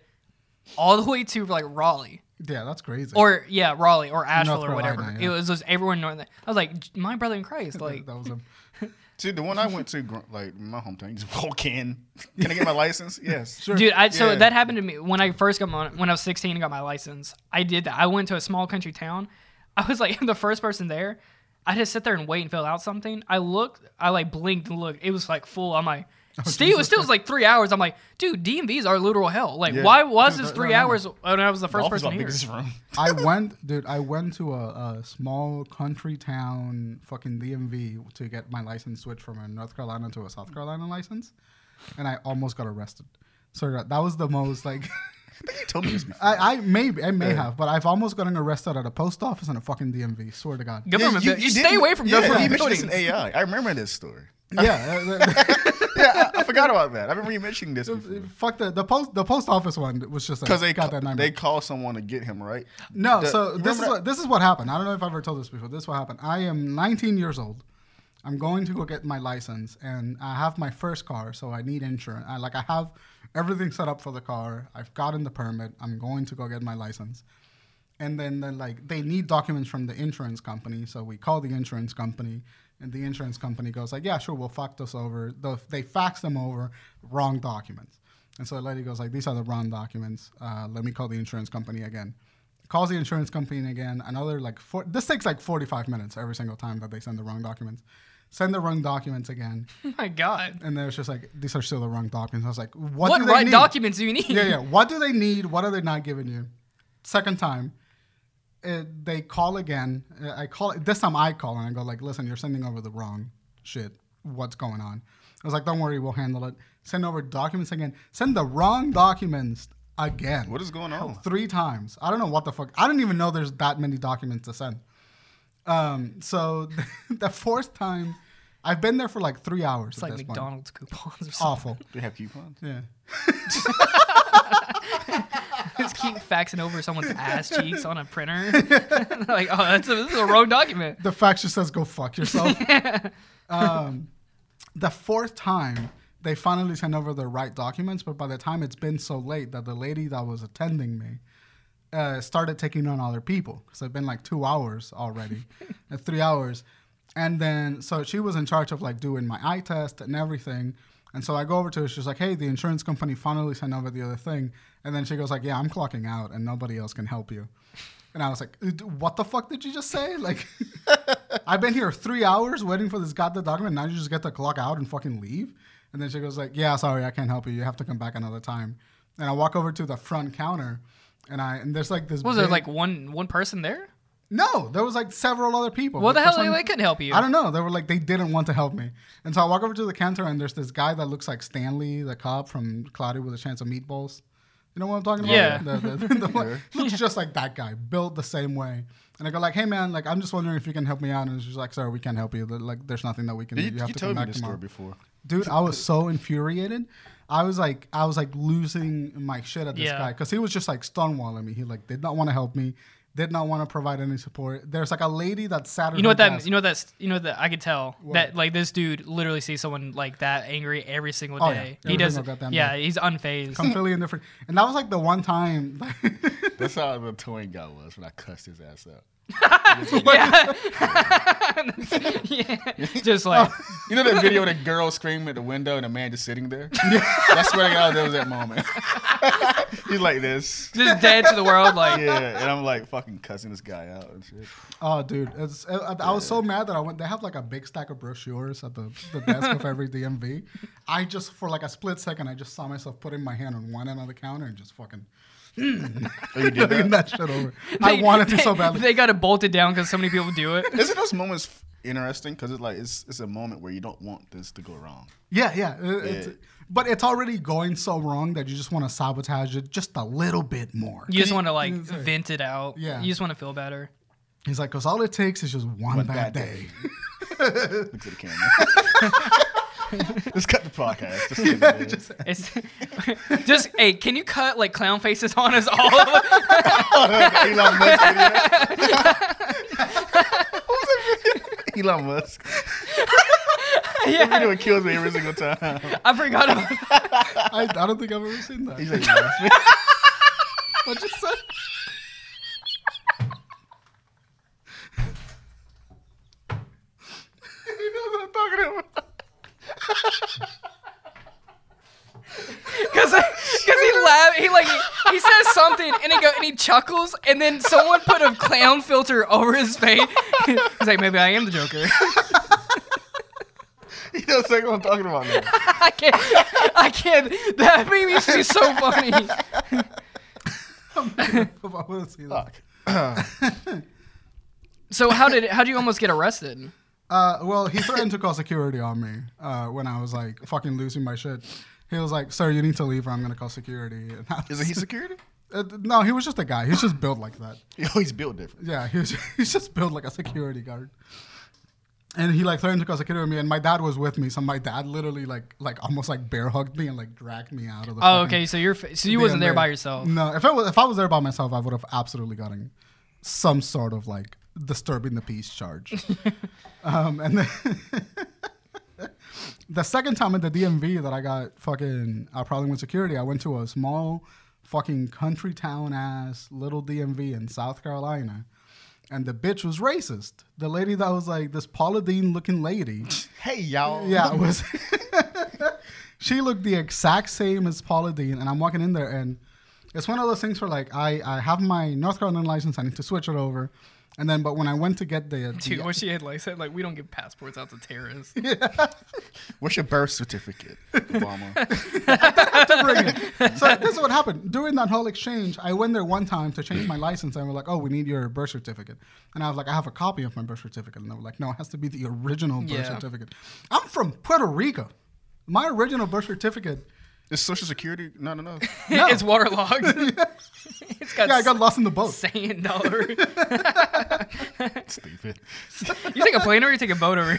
A: all the way to like Raleigh
C: Yeah, that's crazy.
A: or yeah Raleigh or Asheville or
C: Carolina,
A: whatever.
C: yeah.
A: It was just everyone north. I was like, "J- my brother in Christ, like
C: that was a,
B: See, the one I went to, gr- like my hometown, you just walk in. Can I get my license? Yes.
C: sure.
A: Dude, I so
B: Yeah.
A: that happened to me when I first got my when I was 16 and got my license. I did that. I went to a small country town. I was like the first person there. I just sit there and wait and fill out something. I looked, I like blinked and looked. It was like full. I'm like, still, it
C: Jesus.
A: still was like three hours. I'm like, dude, DMVs are literal hell. Like,
B: Yeah.
A: why was
C: Dude,
A: this
C: no,
A: three
C: no, no.
A: hours when I was the first
B: Office
A: person
B: about
A: here?
B: biggest room.
C: I went, dude. I went to a, a small country town fucking DMV to get my license switched from a North Carolina to a South Carolina license, and I almost got arrested. So that that was the most like
B: You told me this before.
C: I, I maybe I may have, but I've almost gotten arrested at a post office and a fucking DMV. Swear to God.
A: Government,
B: Yeah,
A: buil- you, stay
B: didn't-
A: away from
B: yeah,
A: government
B: you mentioned
A: buildings.
B: this in AI. I remember this story.
C: yeah, uh,
B: Yeah, I, I forgot about that. I remember you mentioning this
C: uh,
B: before.
C: fuck the the post the post office one was just
B: Because
C: like
B: they
C: got
B: ca-
C: that number.
B: they call someone to get him right.
C: No,
B: The-
C: so
B: you
C: this is
B: remember
C: what this is what happened. I don't know if I've ever told this before. This is what happened. I am 19 years old. I'm going to go get my license, and I have my first car, so I need insurance. I, like I have everything set up for the car. I've gotten the permit. I'm going to go get my license, and then then like they need documents from the insurance company, so we call the insurance company, and the insurance company goes like, "Yeah, sure, we'll fax this over." The, they fax them over wrong documents, and so the lady goes like, "These are the wrong documents. Uh, let me call the insurance company again." calls the insurance company again. Another like four, this takes like 45 minutes every single time that they send the wrong documents. Send the wrong documents again,
A: Oh my God,
C: and then it's just like these are still the wrong documents. I was like, what,
A: what
C: do they
A: right
C: need?
A: documents do you need?
C: Yeah, yeah. What do they need? What are they not giving you? Second time, it, they call again. Uh, I call this time. I call and I go like, listen, you're sending over the wrong shit. What's going on? I was like, don't worry, we'll handle it. Send over documents again. Send the wrong documents again
B: What is going on?
C: three times. I don't know what the fuck. I didn't even know there's that many documents to send. Um, so the fourth time, I've been there for like three hours.
A: It's
C: at
A: like
C: this point.
A: McDonald's coupons or something.
C: Awful.
B: They have coupons.
C: Yeah.
A: Just keep faxing over someone's ass cheeks on a printer. like, oh, that's a, this is a wrong document.
C: The fax just says, go fuck yourself. um, the fourth time, they finally sent over the right documents, but by the time it's been so late that the lady that was attending me uh, started taking on other people. So it's been like two hours already, uh, three hours. And then, so she was in charge of like doing my eye test and everything. And so I go over to her. She's like, "Hey, the insurance company finally sent over the other thing." And then she goes like, "Yeah, I'm clocking out, and nobody else can help you." And I was like, "Uh, "What the fuck did you just say? Like, I've been here three hours waiting for this goddamn document. Now you just get to clock out and fucking leave." And then she goes like, "Yeah, sorry, I can't help you. You have to come back another time." And I walk over to the front counter, and I and there's like this.
A: Was there
C: big-
A: like one one person there?
C: no, there was like several other people.
A: Well,
C: But
A: the
C: for
A: hell,
C: some-
A: they couldn't help you.
C: I don't know. They were like they didn't want to help me, and so I walk over to the counter and there's this guy that looks like Stanley, the cop from Cloudy with a Chance of Meatballs. You know what I'm talking about?
A: Yeah.
C: The- the- the- the one- looks just like that guy, built the same way. And I go like, "Hey man, like I'm just wondering if you can help me out." And she's like, "Sorry, we can't help you. There- Like, there's nothing that we can
B: You,
C: do.
B: you,
C: have to come
B: told me
C: back
B: this
C: tomorrow."
B: story before.
C: Dude, I was so infuriated. I was like, I was like losing my shit at this
A: Yeah.
C: guy because he was just like stonewalling me. He like did not want to help me, did not want to provide any support. There's like a lady that sat. at
A: You know
C: her
A: what that?
C: desk.
A: You know that's. You know that I could tell that like this dude literally sees someone like that angry every single day.
C: Oh, yeah. Every
A: he
C: single
A: doesn't.
C: goddamn
A: Yeah,
C: day.
A: he's unfazed.
C: completely indifferent. And that was like the one time.
B: That's how the twin guy was when I cussed his ass out.
A: yeah. yeah. Just like
C: Oh.
B: You know that video of the girl screaming at the window and the man just sitting there? That's where I there was that moment. He's like this.
A: just dead to the world. Like
B: Yeah, and I'm like fucking cussing this guy out and shit.
C: oh, dude, it's, I, I- I was so mad that I went. They have like a big stack of brochures at the, the desk of every DMV. I just for like a split second, I just saw myself putting my hand on one end of the counter and just fucking
B: Oh, you did
C: knocking
B: that?
C: that shit over. I wanted to so badly.
A: They got it bolted down because so many people do it.
B: Isn't those moments f- interesting? Because it's like it's it's a moment where you don't want this to go wrong.
C: Yeah, yeah. it- it's-
B: Yeah.
C: but it's already going so wrong that you just want to sabotage it just a little bit more.
A: You just want to like
C: it's like-
A: vent it out.
C: Yeah.
A: You just want to feel better.
C: He's like, because all it takes is just one,
B: One
C: bad,
B: bad
C: day.
B: day." Look at the camera. Let's cut the podcast. Just leave it there.
A: It's just hey, can you cut like clown faces on us all? Of
B: Elon Musk. Video. Elon Musk. That
A: yeah,
B: video kills me every single time.
A: I forgot. About that.
C: I, I don't think I've ever seen that.
B: He's like, "Elon Musk."
C: What you say?
B: he knows what I'm talking about.
A: Cause, 'cause he laugh, he like he says something and he go and he chuckles and then someone put a clown filter over his face. He's like, maybe I am the Joker.
B: He knows like what I'm talking about. Now.
A: I can't, I can't. That made me feel so funny.
C: If I would have seen that.
B: Fuck.
A: So how did how would you almost get arrested?
C: Uh, well, he threatened to call security on me uh, when I was like fucking losing my shit. He was like, "Sir, you need to leave, or I'm gonna call security." And I was-
B: Isn't he security?
C: Uh, no, he was just a guy. He's just built like that.
B: Oh, he's built different.
C: Yeah, he was, he's just built like a security guard. And he like threatened to call security on me, and my dad was with me, so my dad literally like like almost like bear hugged me and like dragged me out of the.
A: Oh,
C: fucking-
A: okay. So you're fa- so
C: the
A: you wasn't there
C: unreal.
A: by yourself.
C: No, if I was if I was there by myself, I would have absolutely gotten some sort of like disturbing the peace charge. um, and then the second time at the DMV that I got fucking a problem with security, I went to a small fucking country town ass little DMV in South Carolina. And the bitch was racist. The lady that was like this Paula Dean looking lady.
B: Hey, y'all.
C: Yeah, it was. she looked the exact same as Paula Dean, and I'm walking in there, and it's one of those things where like I, I have my North Carolina license, I need to switch it over, and then but when I went to get the,
A: Dude,
C: the
A: what she had like said, like we don't give passports out to terrorists.
B: What's your birth certificate, Obama?
C: to bring it. So this is what happened. During that whole exchange, I went there one time to change my license and we're like, oh, we need your birth certificate. And I was like, I have a copy of my birth certificate. And they were like, no, it has to be the original birth
A: Yeah.
C: certificate. I'm from Puerto Rico. My original birth certificate
B: Is Social Security? No, no, no.
A: it's waterlogged. it's It's got
C: yeah, I got lost in the boat.
A: sand all over. you
B: Stupid.
A: take a plane or you take a boat over?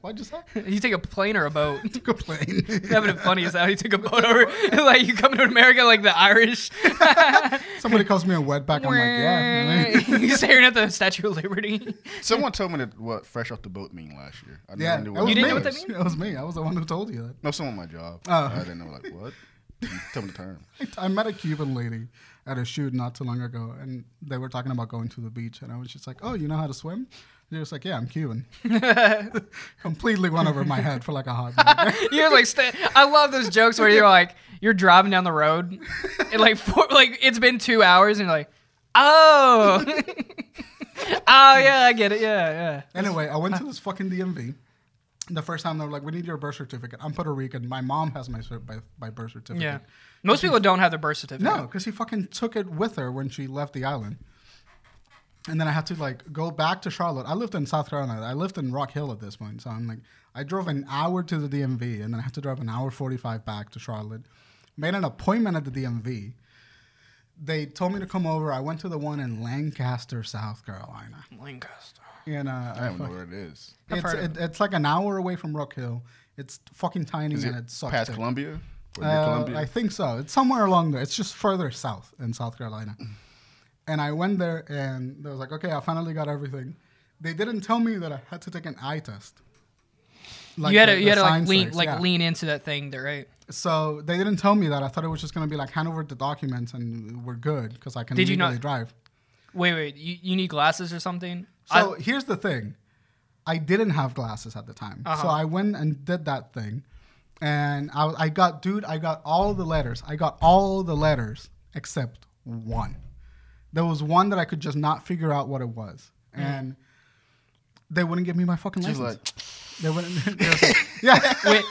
C: Why'd you say?
A: you take a plane or a boat?
C: Took a plane.
A: That'd have been funny as how you took a boat over. like you coming to America like the Irish.
C: Oh Somebody calls me a wetback. I'm like, yeah. I mean,
A: you staring at the Statue of Liberty.
B: Someone told me that what fresh off the boat mean last year. I
C: yeah.
B: knew
C: that was
A: You didn't
C: me.
A: know what that means?
C: was me. I was the one who told you that.
B: No, someone at my job.
C: Oh.
B: I didn't know. Like what? Tell me the term.
C: I met a Cuban lady at a shoot not too long ago, and they were talking about going to the beach, and I was just like, "Oh, you know how to swim?" And they was like, "Yeah, I'm Cuban." Completely went over my head for like a hot minute.
A: You're like, sta- I love those jokes where you're like, you're driving down the road, and like, four, like it's been two hours, and you're like, oh, oh yeah, I get it, yeah,
C: anyway, I went to this fucking DMV. The first time they were like, "We need your birth certificate." I'm Puerto Rican. My mom has my cer- by, by birth
A: yeah,
C: certificate.
A: yeah. Most people don't have their birth certificate.
C: No, because he fucking took it with her when she left the island. And then I had to like go back to Charlotte. I lived in South Carolina. I lived in Rock Hill at this point, so I'm like, I drove an hour to the DMV, and then I had to drive an hour forty-five back to Charlotte. Made an appointment at the DMV. They told me to come over. I went to the one in Lancaster, South Carolina,
A: Lancaster.
C: and uh,
B: I
C: I
B: don't know
C: fuck-
B: where it is.
A: I've
C: it's,
A: heard of
C: it, it's like an hour away from Rock Hill. It's fucking tiny
B: Is
C: and
B: it
C: it sucks.
B: past
C: dick.
B: Columbia? Or near
C: Uh,
B: Columbia?
C: I think so. It's somewhere along there. It's just further south in South Carolina. And I went there and they was like, okay, I finally got everything. They didn't tell me that I had to take an eye test. Like
A: you had
C: the-
A: to,
C: the
A: you had to like
C: sign
A: lean,
C: says,
A: like
C: yeah.
A: lean into that thing, there, right?
C: So they didn't tell me that. I thought it was just gonna be like hand over the documents and we're good because I can
A: Did you
C: legally
A: not-
C: drive.
A: Wait, wait, you, you need glasses or something?
C: So here's the thing. I didn't have glasses at the time. So
A: Uh-huh.
C: I went and did that thing. And I, I got, dude, I got all the letters. I got all the letters except one. There was one that I could just not figure out what it was.
A: Mm-hmm.
C: And they wouldn't give me my fucking
B: She's
C: license.
B: like,
C: they wouldn't. they was like- yeah.
A: I,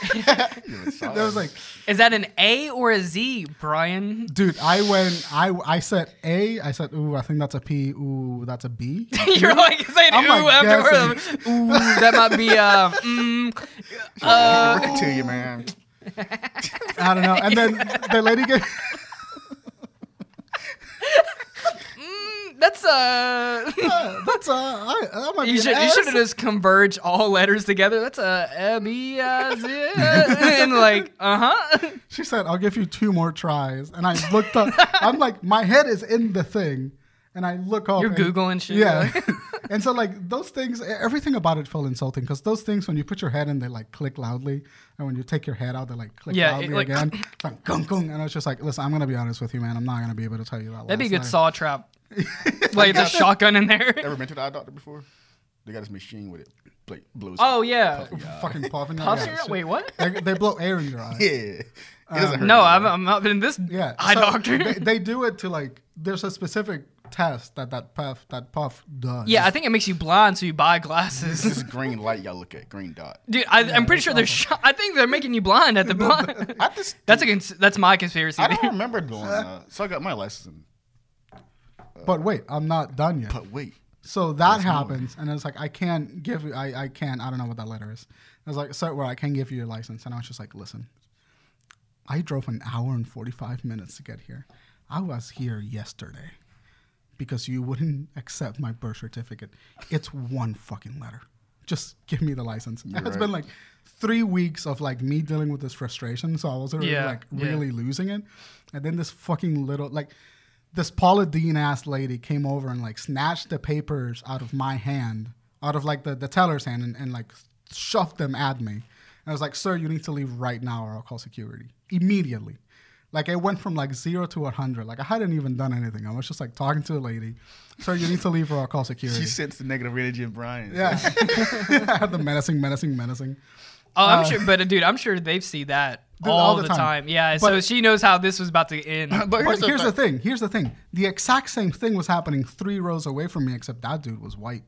A: wait,
C: They was like,
A: is that an A or a Z, Brian?
C: dude, I went, I, I said A. I said, ooh, I think that's a P. Ooh, that's a B.
A: You're like saying
C: I'm,
A: ooh
C: like,
A: afterward. Ooh, that might be uh, mm,
B: uh, work it to you, man.
C: I don't know. And then the lady gave.
A: that's uh.
C: That's uh, I, that might be
A: You
C: an
A: should, you
C: S.
A: should have just converge all letters together. That's a M E I Z and like uh huh.
C: She said, "I'll give you two more tries." And I looked up. I'm like, my head is in the thing, and I look up.
A: You're
C: and-
A: Googling shit,
C: Yeah.
A: like-
C: and so like those things, e- everything about it felt insulting because those things, when you put your head in, they like click loudly, and when you take your head out, they like click
A: Yeah, it,
C: loudly
A: like,
C: again. It's like gung gung, and I was just like, "Listen, I'm gonna be honest with you, man. I'm not gonna be able to tell you that."
A: That'd be a good
C: last letter."
A: saw trap. Like it's a shotgun in there.
B: Ever been to the eye doctor before? They got this machine with it. Like, blows.
A: Oh yeah.
C: Fucking puffing. out,
A: Puffs
C: yeah,
A: in
C: shit.
A: your- Wait, what?
C: They, they blow air in your eye.
B: Yeah. It
C: Uh,
B: doesn't hurt
A: No,
B: anyway.
A: I'm, I'm not in this
C: Yeah,
A: eye
C: so
A: doctor.
C: They, they do it to like. There's a specific test that that puff that puff does.
A: yeah, I think it makes you blind, so you buy glasses.
B: This is green light y'all look at, green dot.
A: Dude, I, I'm pretty sure they're. Sh- I think they're making you blind at the blind.
B: I just
A: that's a cons- that's my conspiracy.
B: I
A: theory.
B: don't remember doing that. So I got my license.
C: But wait, I'm not done yet.
B: But wait.
C: So that happens, and it's like I can't give you. I I can't. I don't know what that letter is. I was like, sir, well, I can't give you your license, and I was just like, listen, I drove an hour and forty five minutes to get here. I was here yesterday because you wouldn't accept my birth certificate. It's one fucking letter. Just give me the license. It's
B: right.
C: been like three weeks of like me dealing with this frustration, so I was already
A: Yeah,
C: like
A: yeah.
C: really losing it. And then this fucking little like this Paula Dean ass lady came over and like snatched the papers out of my hand, out of like the, the teller's hand and, and like shoved them at me. And I was like, sir, you need to leave right now or I'll call security. Immediately. Like it went from like zero to a hundred. Like I hadn't even done anything. I was just like talking to the lady. Sir, you need to leave or I'll call security.
B: She sensed the negative energy in Brian.
C: yeah. I had the menacing, menacing, menacing.
A: Oh, I'm sure, but uh, dude, I'm sure they've seen that
C: Dude,
A: all, the, time. Yeah, so
C: But-
A: she knows how this was about to end.
B: But
C: But
B: here's,
C: here's
B: the
C: the thing. Here's the thing. The exact same thing was happening three rows away from me, except that dude was white,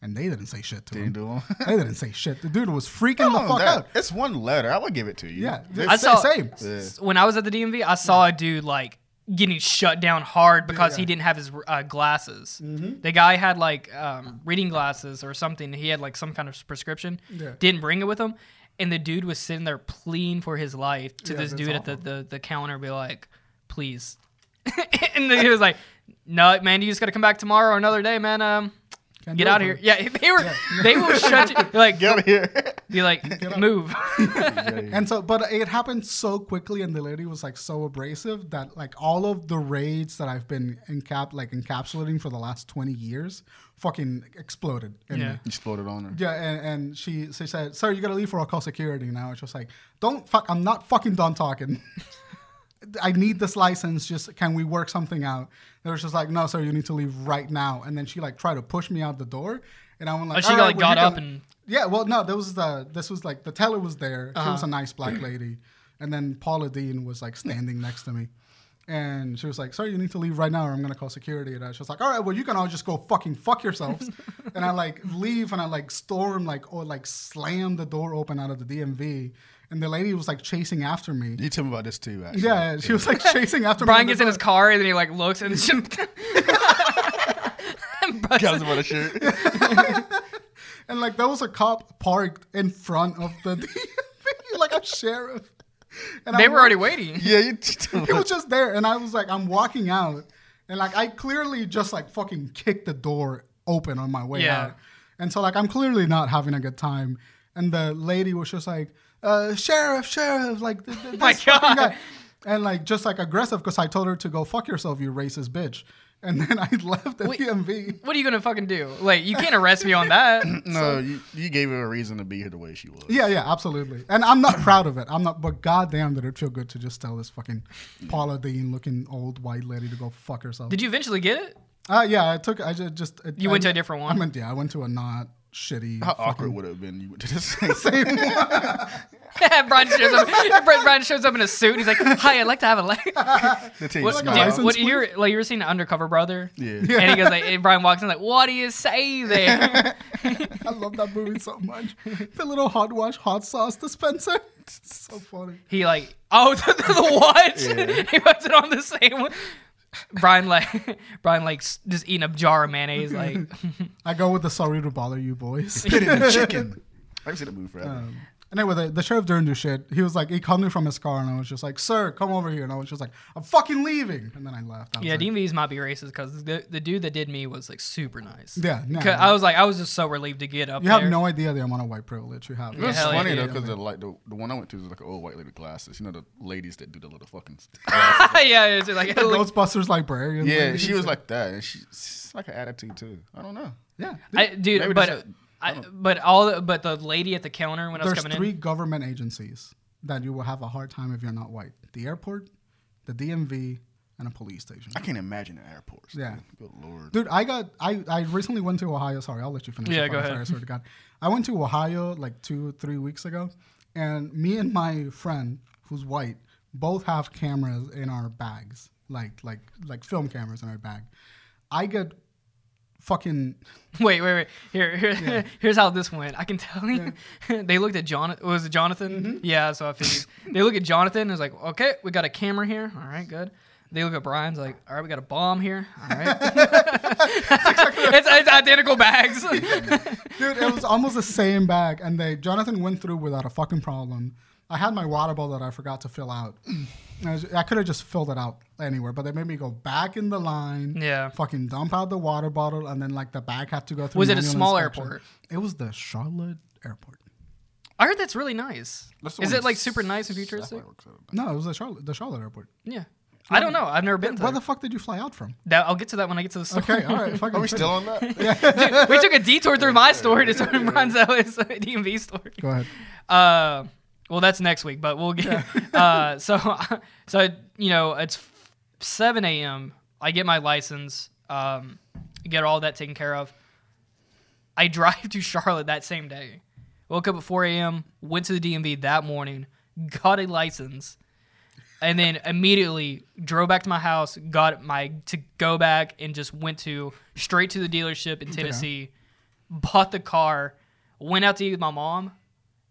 C: and they didn't say shit to
B: thing.
C: him.
B: Do them.
C: They didn't say shit. The dude was freaking the fuck out.
B: It's one letter. I would give it to you.
C: Yeah.
B: This-
A: I
C: Sa-
A: saw
C: same.
A: s- when I was at the DMV, I saw a dude like getting shut down hard because he didn't have his uh, glasses.
C: Mm-hmm.
A: The guy had like um, reading glasses or something. He had like some kind of prescription.
C: Yeah.
A: Didn't bring it with him, and the dude was sitting there pleading for his life to
C: Yeah,
A: this
C: that's
A: dude at the, the the counter, be like, "Please, and then he was like, "No, man, you just got to come back tomorrow or another day, man. Um,
C: Can't
A: get
C: do it
A: out of here."
C: for me.
A: Yeah, they were. They will shut you. Like,
B: Get out of here.
A: be like, move.
C: And so, but it happened so quickly, and the lady was like so abrasive that like all of the raids that I've been encap like encapsulating for the last twenty years, fucking exploded. In
A: Yeah.
C: Me.
B: Exploded on her.
C: Yeah, and, and she, she said, "Sir, you gotta leave or I'll call security." Now it's just like, "Don't fuck! I'm not fucking done talking. I need this license. Just can we work something out?" They were just like, "No, sir, you need to leave right now." And then she like tried to push me out the door, and I went like,
A: Oh, she
C: "All right,
A: like
C: well, you
A: got up
C: can-"
A: and
C: yeah, well, no, there was the this was like the teller was there. She
A: Uh-huh.
C: was a nice black lady, and then Paula Dean was like standing next to me. And she was like, "Sir, you need to leave right now, or I'm gonna call security." And I was just like, "All right, well, you can all just go fucking fuck yourselves." and I like leave, and I like storm, like or like slam the door open out of the DMV. And the lady was like chasing after me.
B: You tell me about this too, actually.
C: Yeah, she was like chasing after
A: Brian
C: me.
A: gets in his car and then he like looks and it's just. And Brian's
B: Got us about a shirt.
C: And like there was a cop parked in front of the DMV, like a sheriff. And
A: they
C: I'm
A: were
C: like-
A: already waiting.
B: yeah, you
C: he was just there, and I was like, I'm walking out, and like I clearly just like fucking kicked the door open on my way
A: Yeah.
C: out, and so like I'm clearly not having a good time, and the lady was just like, uh, sheriff, sheriff, like th- th-
A: Oh My
C: this fucking
A: God.
C: guy. and like just like aggressive because I told her to go fuck yourself, you racist bitch, and then I left the
A: Wait.
C: DMV.
A: What are you gonna fucking do? Like you can't arrest me on that.
B: No, you, you gave her a reason to be here the way she was.
C: Yeah, yeah, absolutely. And I'm not proud of it. I'm not, but goddamn, did it feel good to just tell this fucking Paula Dean looking old white lady to go fuck herself.
A: Did you eventually get it?
C: Uh, yeah, I took. I ju- just. I,
A: You
C: I-
A: went to a different one?
C: I went. Yeah, I went to a not shitty.
B: How
C: fucking-
B: awkward would it have been? You went to this thing.
C: Same one.
A: Brian shows up. Brian Brian shows up in a suit. He's like, "Hi, I'd like to have a like."
B: They tell you
A: What, dude,
B: to smile.
C: license
A: what
C: plate?
A: you're like? You ever seen Undercover Brother?
B: Yeah.
A: And he goes like, and Brian walks in like, "What do you say there?"
C: I love that movie so much. The little hot wash hot sauce dispenser. It's so funny.
A: he like, "Oh, the, the, the watch."
B: Yeah.
A: he puts it on the same one. Brian like, Brian like s- just eating a jar of mayonnaise. Like,
C: I go with the sorry to bother you boys.
B: Spit in the chicken. I haven't seen that movie forever.
C: Um, Anyway, the, the sheriff didn't do shit. He was like, he called me from his car, and I was just like, "Sir, come over here." And I was just like, "I'm fucking leaving," and then I left. I was
A: yeah,
C: like,
A: DMVs might be racist because the, the dude that did me was like super nice.
C: yeah, no,
A: 'Cause I was like, I was just so relieved to get up.
C: you have
A: there.
C: no idea the amount of white privilege you have.
B: It was
A: hell yeah,
B: funny
A: yeah,
B: though,
A: yeah.
B: because like the, the one I went to was like an old white lady classes. You know the ladies that do the little fucking.
A: yeah, it's just like, like
C: Ghostbusters librarian.
B: yeah,
C: lady.
B: she was like that, and she, she's like an attitude too. I don't know.
C: yeah.
A: I, dude,
B: Maybe
A: but
B: that's it.
A: I, but all the, but the lady at the counter when I was
C: There's
A: coming
C: three
A: in,
C: government agencies that you will have a hard time if you're not white: the airport, the DMV, and a police station.
B: I can't imagine the airports.
C: Yeah.
B: dude. Good lord.
C: Dude, I got I, I recently went to Ohio. Sorry, I'll let you finish.
A: Yeah,
C: if I-
A: go ahead.
C: Sorry, I swear to God, I went to Ohio like two three weeks ago, and me and my friend who's white both have cameras in our bags, like like like film cameras in our bag. I get fucking
A: wait, wait, wait. Here, here here's how this went. I can tell you, they looked at John. Was it Jonathan?
C: Mm-hmm.
A: Yeah, so I figured they look at Jonathan and it's like, okay, we got a camera here. All right, good. They look at Brian's like, all right, we got a bomb here. All right, it's, it's identical bags.
C: Dude, it was almost the same bag, and they Jonathan went through without a fucking problem. I had my water bottle that I forgot to fill out. And I, was- I could have just filled it out anywhere, but they made me go back in the line.
A: Yeah.
C: Fucking dump out the water bottle, and then like the bag had to go through.
A: Was it a
C: manual
A: small
C: inspection.
A: airport?
C: It was the Charlotte airport.
A: I heard that's really nice.
B: That's the
A: Is
B: one
A: it like
B: in
A: super nice and
B: Sapphire
A: futuristic?
B: works out.
C: No, it was the Charlotte, the Charlotte airport.
A: Yeah. I don't know. I've never been to
C: Where
A: that.
C: the fuck did you fly out from?
A: that. I'll get to that when I get to the story.
C: Okay, all right. Fucking
B: Are we still on that?
A: we took a detour through my story to Tony Bronzel's DMV story.
C: Go ahead.
A: Uh, well, that's next week, but we'll get. uh, so, so you know, it's f- 7 a.m. I get my license, um, get all that taken care of. I drive to Charlotte that same day. Woke up at 4 a.m. Went to the DMV that morning, got a license, and then immediately drove back to my house, got my to go back, and just went to straight to the dealership in Tennessee, bought the car, went out to eat with my mom,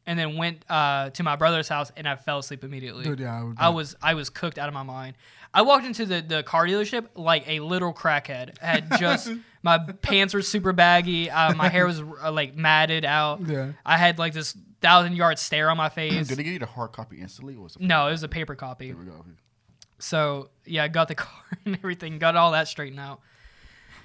A: and then went uh, to my brother's house, and I fell asleep immediately.
C: Dude, yeah, I would
A: I was I was cooked out of my mind. I walked into the, the car dealership like a little crackhead. I had just my pants were super baggy. Uh, my hair was uh, like matted out.
C: Yeah.
A: I had like this thousand yard stare on my face.
B: Did they give you the hard copy instantly? Or was it?
A: no, it was a paper copy.
B: Here we go.
A: So yeah, I got the car and everything, got all that straightened out,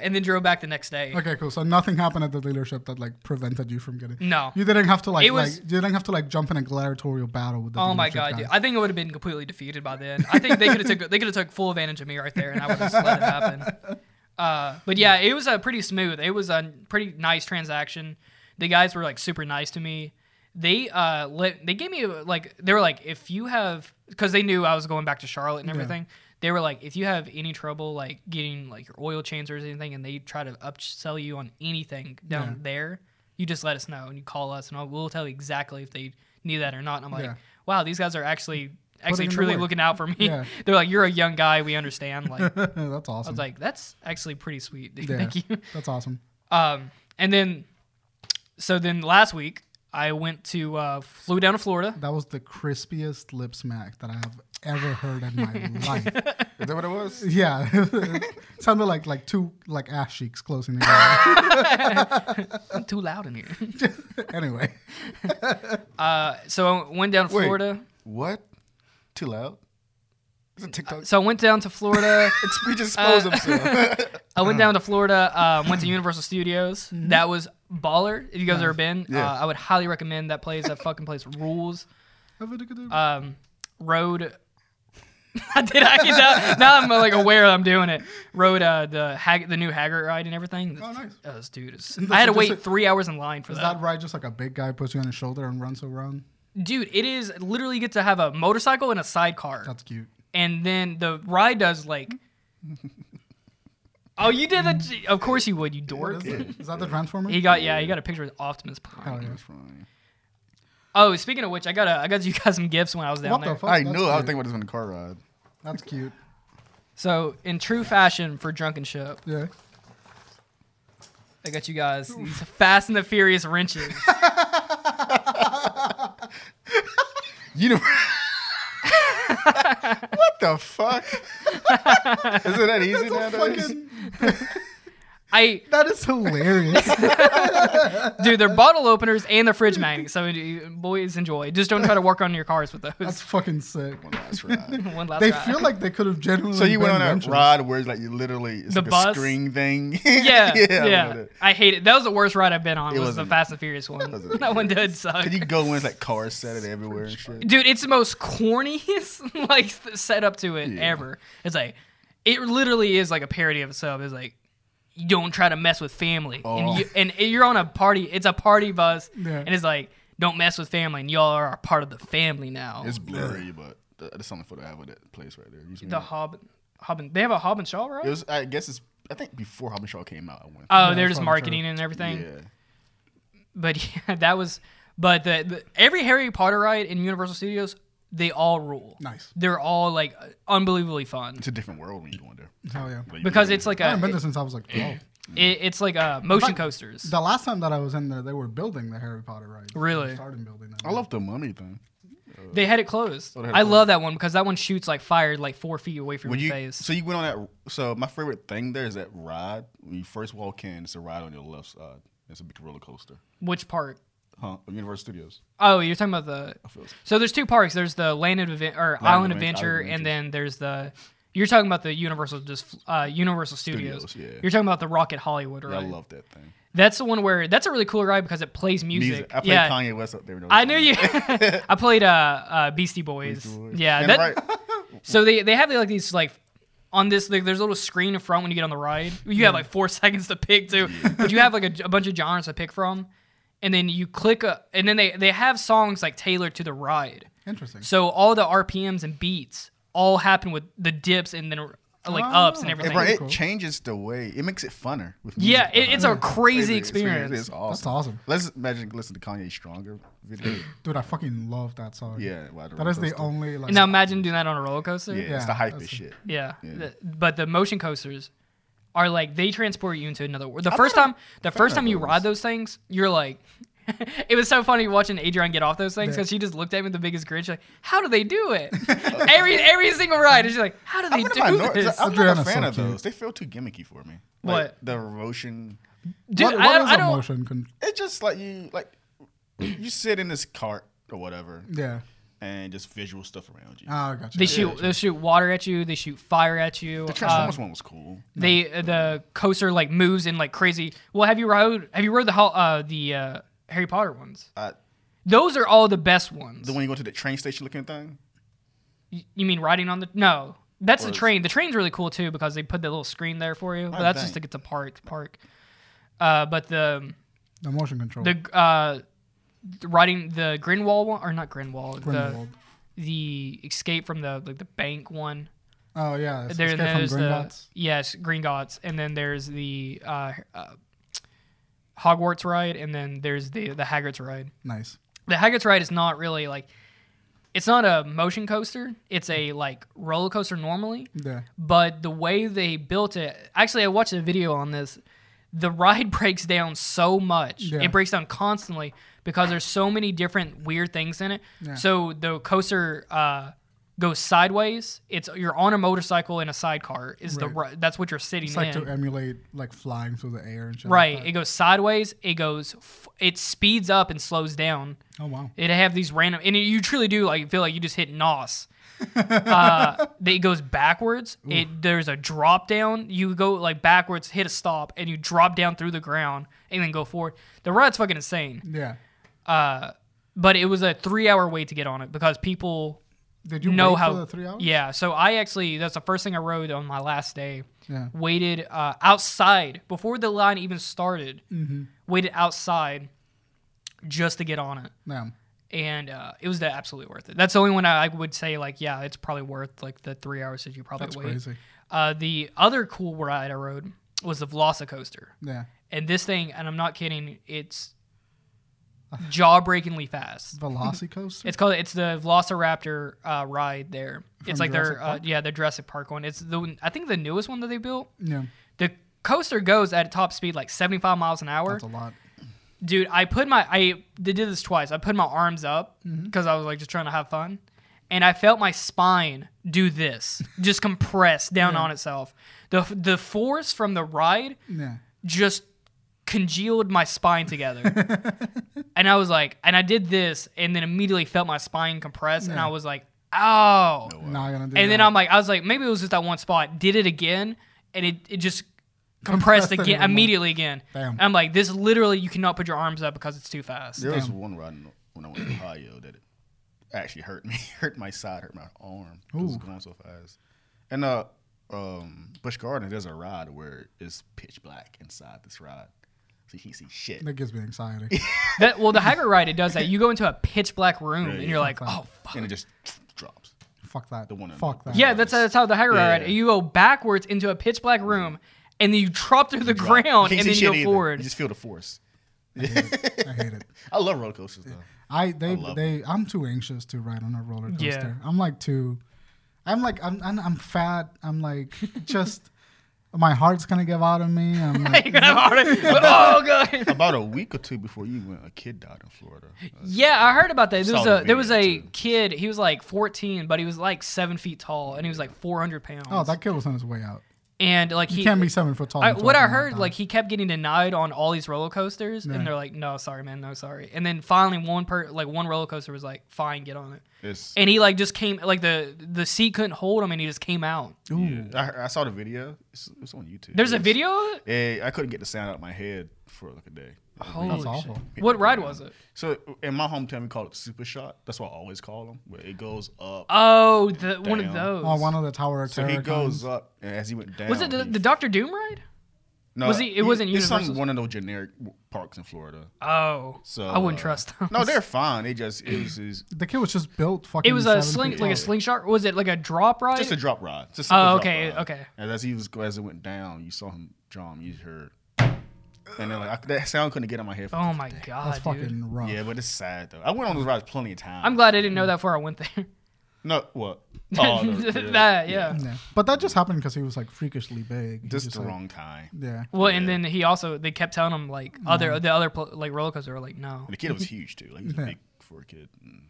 A: and then drove back the next day.
C: Okay, cool. So nothing happened at the dealership that like prevented you from getting.
A: No.
C: You didn't have to like,
A: It was-
C: like you didn't have to like jump in a gladiatorial battle with the.
A: Oh my
C: dealership
A: god,
C: guy.
A: dude. I think I would have been completely defeated by then. I think they could have took they could have took full advantage of me right there, and I would have just let it happen. Uh, but yeah, it was uh, pretty smooth. It was a pretty nice transaction. The guys were like super nice to me. They uh let they gave me like they were like if you have because they knew I was going back to Charlotte and everything. They were like if you have any trouble like getting like your oil change or anything, and they try to upsell you on anything down
C: Yeah.
A: there, you just let us know and you call us, and I'll, we'll tell you exactly if they need that or not. And I'm like
C: Yeah.
A: wow, these guys are actually actually
C: in the
A: truly
C: work.
A: looking out for me.
C: Yeah.
A: They're like, you're a young guy, we understand. Like, I
C: Oh, That's awesome.
A: was like, that's actually pretty sweet, dude.
C: Yeah.
A: Thank you.
C: That's awesome.
A: Um, and then, so then last week I went to uh, flew down to Florida.
C: That was the crispiest lip smack that I have ever heard in my life.
B: Is that what it was?
C: Yeah, It sounded like like two like ass cheeks closing together.
A: I'm too loud in here.
C: anyway,
A: Uh, so I went down to
B: Wait.
A: Florida.
B: What? Too loud? Is it TikTok?
A: So I went down to Florida.
B: He
A: Uh,
B: just exposed himself.
A: I
C: Uh-huh.
A: went down to Florida. Um, went to Universal Studios.
C: Mm-hmm.
A: That was baller. If you guys ever been,
B: Yeah.
A: uh, I would highly recommend that place. That fucking place rules.
C: have a good day.
A: um, road. I did. I get that. Now I'm uh, like aware I'm doing it. Rode uh, the Hag- the new Haggart ride and everything.
C: Oh, nice.
A: Oh, this dude is. I had to wait
C: Does it-
A: three hours in line for
C: Is
A: that.
C: that right? Just like a big guy puts you on his shoulder and runs around.
A: Dude, it is literally get to have a motorcycle and a sidecar,
C: That's cute.
A: and then the ride does like. oh, you did the. G- Of course you would, you dork.
C: What is it? Is that the Transformer?
A: He got yeah. He got a picture with Optimus Prime.
C: Oh, yeah.
A: Oh, speaking of which, I got a, I got you guys some gifts when I was down
C: What
A: there.
C: the fuck?
B: I
C: That's
B: knew. I was
C: cute.
B: thinking about this in the car ride.
C: That's cute.
A: So in true fashion for drunken ship,
C: Yeah.
A: I got you guys these Fast and the Furious wrenches.
B: You know. what the fuck? Is it that easy nowadays?
A: I
C: that is hilarious.
A: dude, they're bottle openers and they're fridge magnets. So you- boys enjoy. Just don't try to work on your cars with
C: That's
A: those.
C: fucking sick.
B: One last ride.
A: One last
C: They
A: try.
C: feel like they could have genuinely.
B: So you went
C: been
B: on that
C: wrenches.
B: ride where it's like you literally it's
A: The
B: like
A: bus?
B: a screen thing.
A: yeah, yeah.
B: I
A: I,
B: love it.
A: hate it. That was the worst ride I've been on.
B: It
A: was the
B: wasn't-
A: Fast and Furious one.
B: wasn't
A: That one did suck.
B: Could you go in it's like cars set it everywhere and shit?
A: dude, it's the most corniest like setup to it
B: Yeah.
A: ever. It's like it literally is like a parody of itself. It's like you don't try to mess with family,
B: Oh.
A: and you, and you're on a party. It's a party bus,
C: Yeah.
A: and it's like don't mess with family, and y'all are a part of the family now.
B: It's blurry, but th- that's something for the have with that place right there. You see
A: the
B: me?
A: Hob, Hobbin. They have a Hobbin Shaw, right?
B: it was I guess it's I think before Hobbin Shaw came out. I went.
A: oh, they're
C: Yeah, that's
A: just
C: what I'm sure.
A: marketing and everything.
B: Yeah.
A: But yeah, that was. But the, the every Harry Potter ride in Universal Studios, they all rule.
C: Nice.
A: They're all like unbelievably fun
B: It's a different world when you go in there.
C: Hell yeah.
B: Like, you
A: because
B: literally-
A: it's like
C: I haven't
A: a
C: been there since I was like 12.
A: It, it's like uh, motion
C: But-
A: coasters.
C: The last time that I was in there, they were building the Harry Potter ride. They
A: Really?
C: started building that.
B: I love the mummy thing.
A: they had it closed.
B: Oh, they had it
A: I love that one because that one shoots like fire like four feet away from
B: When
A: your
B: you
A: face.
B: so you went on that. So my favorite thing there is that ride. When you first walk in, it's a ride on your left side. It's a big roller coaster.
A: Which part?
B: Huh? Universal Studios.
A: Oh, you're talking about the.
B: I feel it's-
A: So there's two parks. There's the Land of Adven- or Island
B: Adven-
A: Adventure,
B: Island
A: and then there's the. You're talking about the Universal just uh, Universal Studios.
B: Studios, yeah.
A: You're talking about the Rocket Hollywood
B: yeah, I
A: ride.
B: love that thing.
A: that's the one where that's a really cool ride because it plays music.
B: I played
A: yeah,
B: Kanye West up there. when was
A: I knew
B: younger.
A: you. I played uh, uh, Beastie Boys. Yeah,
B: And
A: that,
B: right-
A: So they they have like these like on this like there's a little screen in front when you get on the ride. You have like four seconds to pick too, but you have like a, a bunch of genres to pick from, and then you click a, and then they they have songs like tailored to the ride.
C: Interesting.
A: So all the RPMs and beats all happen with the dips and then like
C: Oh.
A: ups and
B: Hey,
A: everything.
B: bro,
C: Pretty
B: it
C: cool.
B: changes the way. It makes it funner. With
A: Yeah,
B: music
A: it, it's a
B: behind
A: crazy
B: it.
A: experience.
B: It's awesome.
C: That's awesome.
B: Let's imagine listen to Kanye Stronger video.
C: Dude, I fucking love that song.
B: yeah, why
C: That is the only like.
A: And now imagine doing that on a roller coaster.
B: Yeah, it's
C: Yeah,
B: the hype
C: that's-
B: as shit.
A: Yeah.
B: Yeah.
A: The- but the motion coasters are like they transport you into another world. The first time the first
B: about
A: time you
B: those.
A: ride those things, you're like it was so funny watching Adrian get off those things
C: Yeah.
A: because she just looked at me with the biggest grin. She's like, "How do they do it?" every every single ride, and she's like, "How do they
B: What am I
A: do
B: know-
A: this?"
B: I'm not a
C: Adriana's
B: fan
C: so
B: of
C: cute.
B: those. They feel too gimmicky for me. Like,
A: What?
B: the motion?
A: Dude,
C: what,
A: I,
C: what
A: don't-
C: is
A: I
C: a
A: don't.
C: motion? Con-
B: It's just like you like you sit in this cart or whatever,
C: yeah.
B: and just visual stuff around you.
C: Oh, I got you.
A: They shoot. They shoot water at you. They shoot fire at you.
B: the
A: Um,
B: Transformers one was cool.
A: they uh, the coaster like moves in like crazy. Well, have you rode? Have you rode the Hol- uh, the uh, Harry Potter ones?
B: Uh,
A: Those are all the best ones.
B: the one you go to the train station looking thing.
A: Y- you mean riding on the? No, that's the
B: Or-
A: train. The train's really cool too because they put the little screen there for
C: Oh,
A: you. But
B: I
A: that's just to get
B: think.
A: to park park. Uh, but the
C: The motion control.
A: the uh, the riding the Grinwall one or not Grinwall
C: Grindelwald.
A: the the escape from the like the bank one.
C: oh yeah, it's
A: There,
C: escape from
A: there's the
C: Gringotts.
A: yes Gringotts, and then there's the uh, uh, Hogwarts ride, and then there's the the Hagrid's ride.
C: Nice.
A: The Hagrid's ride is not really like it's not a motion coaster. It's a like roller coaster normally,
C: Yeah.
A: but the way they built it actually i watched a video on this the ride breaks down so much
C: Yeah.
A: it breaks down constantly because there's so many different weird things in it
C: Yeah.
A: so the coaster uh, goes sideways it's you're on a motorcycle in a sidecar is the
C: Right.
A: ri- that's what you're sitting
C: It's
A: in
C: like to emulate like flying through the air and shit. like
A: right
C: that.
A: it goes sideways it goes f- it speeds up and slows down
C: oh wow.
A: it have these random, and you truly do like feel like you just hit nos. uh, it goes backwards. It there's a drop down. You go like backwards, hit a stop, and you drop down through the ground, and then go forward. The ride's fucking insane.
C: Yeah.
A: Uh, but it was a three hour wait to get on it because people
C: Did you
A: know
C: wait
A: how
C: for the three hours?
A: Yeah, so I actually that's the first thing I rode on my last day.
C: Yeah.
A: Waited uh, outside before the line even started.
C: Mm-hmm.
A: Waited outside just to get on it
C: Damn.
A: and uh, it was the absolutely worth it. That's the only one I, I would say like, yeah, it's probably worth like the three hours that you probably
C: That's
A: wait.
C: crazy.
A: Uh, the other cool ride I rode was the Velocicoaster,
C: Yeah.
A: and this thing, and I'm not kidding, it's jaw-breakingly fast.
C: Velocicoaster.
A: It's called it's the Velociraptor uh, ride there. it's
C: From
A: like
C: Jurassic
A: their uh,
C: Park?
A: yeah the Jurassic Park one. It's the one- I think the newest one that they built.
C: yeah.
A: The coaster goes at a top speed like 75 miles an hour
C: That's a lot.
A: dude i put my i they did this twice i put my arms up because i was like just trying to have fun and i felt my spine do this just compress down on itself the the force from the ride
C: Yeah.
A: just congealed my spine together and i was like and i did this and then immediately felt my spine compress and i was like oh
C: Not gonna do.
A: and
C: that.
A: then I'm like, I was like, maybe it was just that one spot. Did it again, and it, it just compressed
C: Compressed it
A: again
C: even more.
A: immediately again.
C: Damn.
A: And I'm like, this literally, you cannot put your arms up because it's too fast.
B: There was one ride in- when I went to Ohio that it actually hurt me, hurt my side, hurt my arm. It was
C: Ooh.
B: going so fast. And uh, um, Busch Gardens, there's a ride where it's pitch black inside this ride, so you can't see shit.
C: That gives me anxiety.
A: That well, the Haggard ride it does that. You go into a pitch black room
B: Right.
A: and you're like, oh fuck.
B: and it just drops.
C: Fuck that.
B: The one in-
C: Fuck that.
A: Yeah, that's that's how the Haggard
B: Yeah,
A: ride.
B: yeah.
A: You go backwards into a pitch black room, and then you drop through the
B: Drop.
A: ground,
B: You
A: and
B: can't see
A: then you
B: shit
A: go
B: either.
A: forward.
B: You just feel the force.
C: I hate it. I hate it.
B: I love roller coasters though.
C: I they
B: love
C: they I'm too anxious to ride on a roller coaster.
A: Yeah.
C: I'm like too, I'm like I'm I'm, I'm fat. I'm like just my heart's gonna give out on me. I'm like
A: You're gonna have a heart attack. oh god.
B: About a week or two before you went, a kid died in Florida. Uh,
A: Yeah, I heard about that. There
B: Saw
A: was
B: the
A: a there was a
B: video, too.
A: kid. He was like 14, but he was like seven feet tall, and he was like 400 pounds.
C: oh that kid was on his way out.
A: and like
C: He
A: he
C: can't be seven foot tall.
A: I,
C: and
A: what I
C: talking
A: heard,
C: that.
A: like he kept getting denied on all these roller coasters, and they're like, "No, sorry, man, no, sorry." And then finally, one per like one roller coaster was like, "Fine, get on it."
B: It's
A: And he like just came like the the seat couldn't hold him, and he just came out.
B: yeah. I, I saw the video. It's, it's on YouTube.
A: There's a
B: It's-
A: video. of it?
B: Yeah, I couldn't get the sound out of my head for like a day.
A: Holy
C: That's
A: shit.
C: awful.
A: What ride was it?
B: So in my hometown, we call it Super Shot. That's what I always call them. Where it goes up.
A: Oh, the one of
B: Damn.
A: those.
C: oh, one of the Tower of
B: so
C: Terror.
B: he goes
C: cons.
B: up, and as he went down.
A: was it the,
B: he-
A: the Doctor Doom ride?
B: no,
A: was he- it wasn't
B: It's some
A: Universal's?
B: one of those generic w- parks in Florida.
A: Oh,
B: So
A: I wouldn't
B: uh,
A: trust them.
B: No, they're fine. They just it was, it was
C: The kid was just built fucking.
A: It was a
C: seven
A: sling
C: feet
A: like a
C: tall.
A: slingshot. Was it like a drop ride?
B: just a drop rod. Just a
A: Oh,
B: drop
A: okay,
B: rod.
A: okay.
B: And as he was as it went down, you saw him drum. You heard, and then like I, that sound couldn't get on my head. for-
A: oh my
C: That's
A: god, dude.
C: fucking rough.
B: Yeah, but it's sad though. I went on those rides plenty of times.
A: I'm glad I didn't know that before I went there.
B: No, what? Oh, no,
A: that yeah.
C: Yeah. But that just happened because he was like freakishly big. He
B: Just
C: just,
B: the
C: like-
B: wrong time.
C: Yeah.
A: Well, and then he also they kept telling him like other the other pl- like roller coaster were like no.
B: And the kid was huge too. Like he was
C: Yeah.
B: big for a kid. And-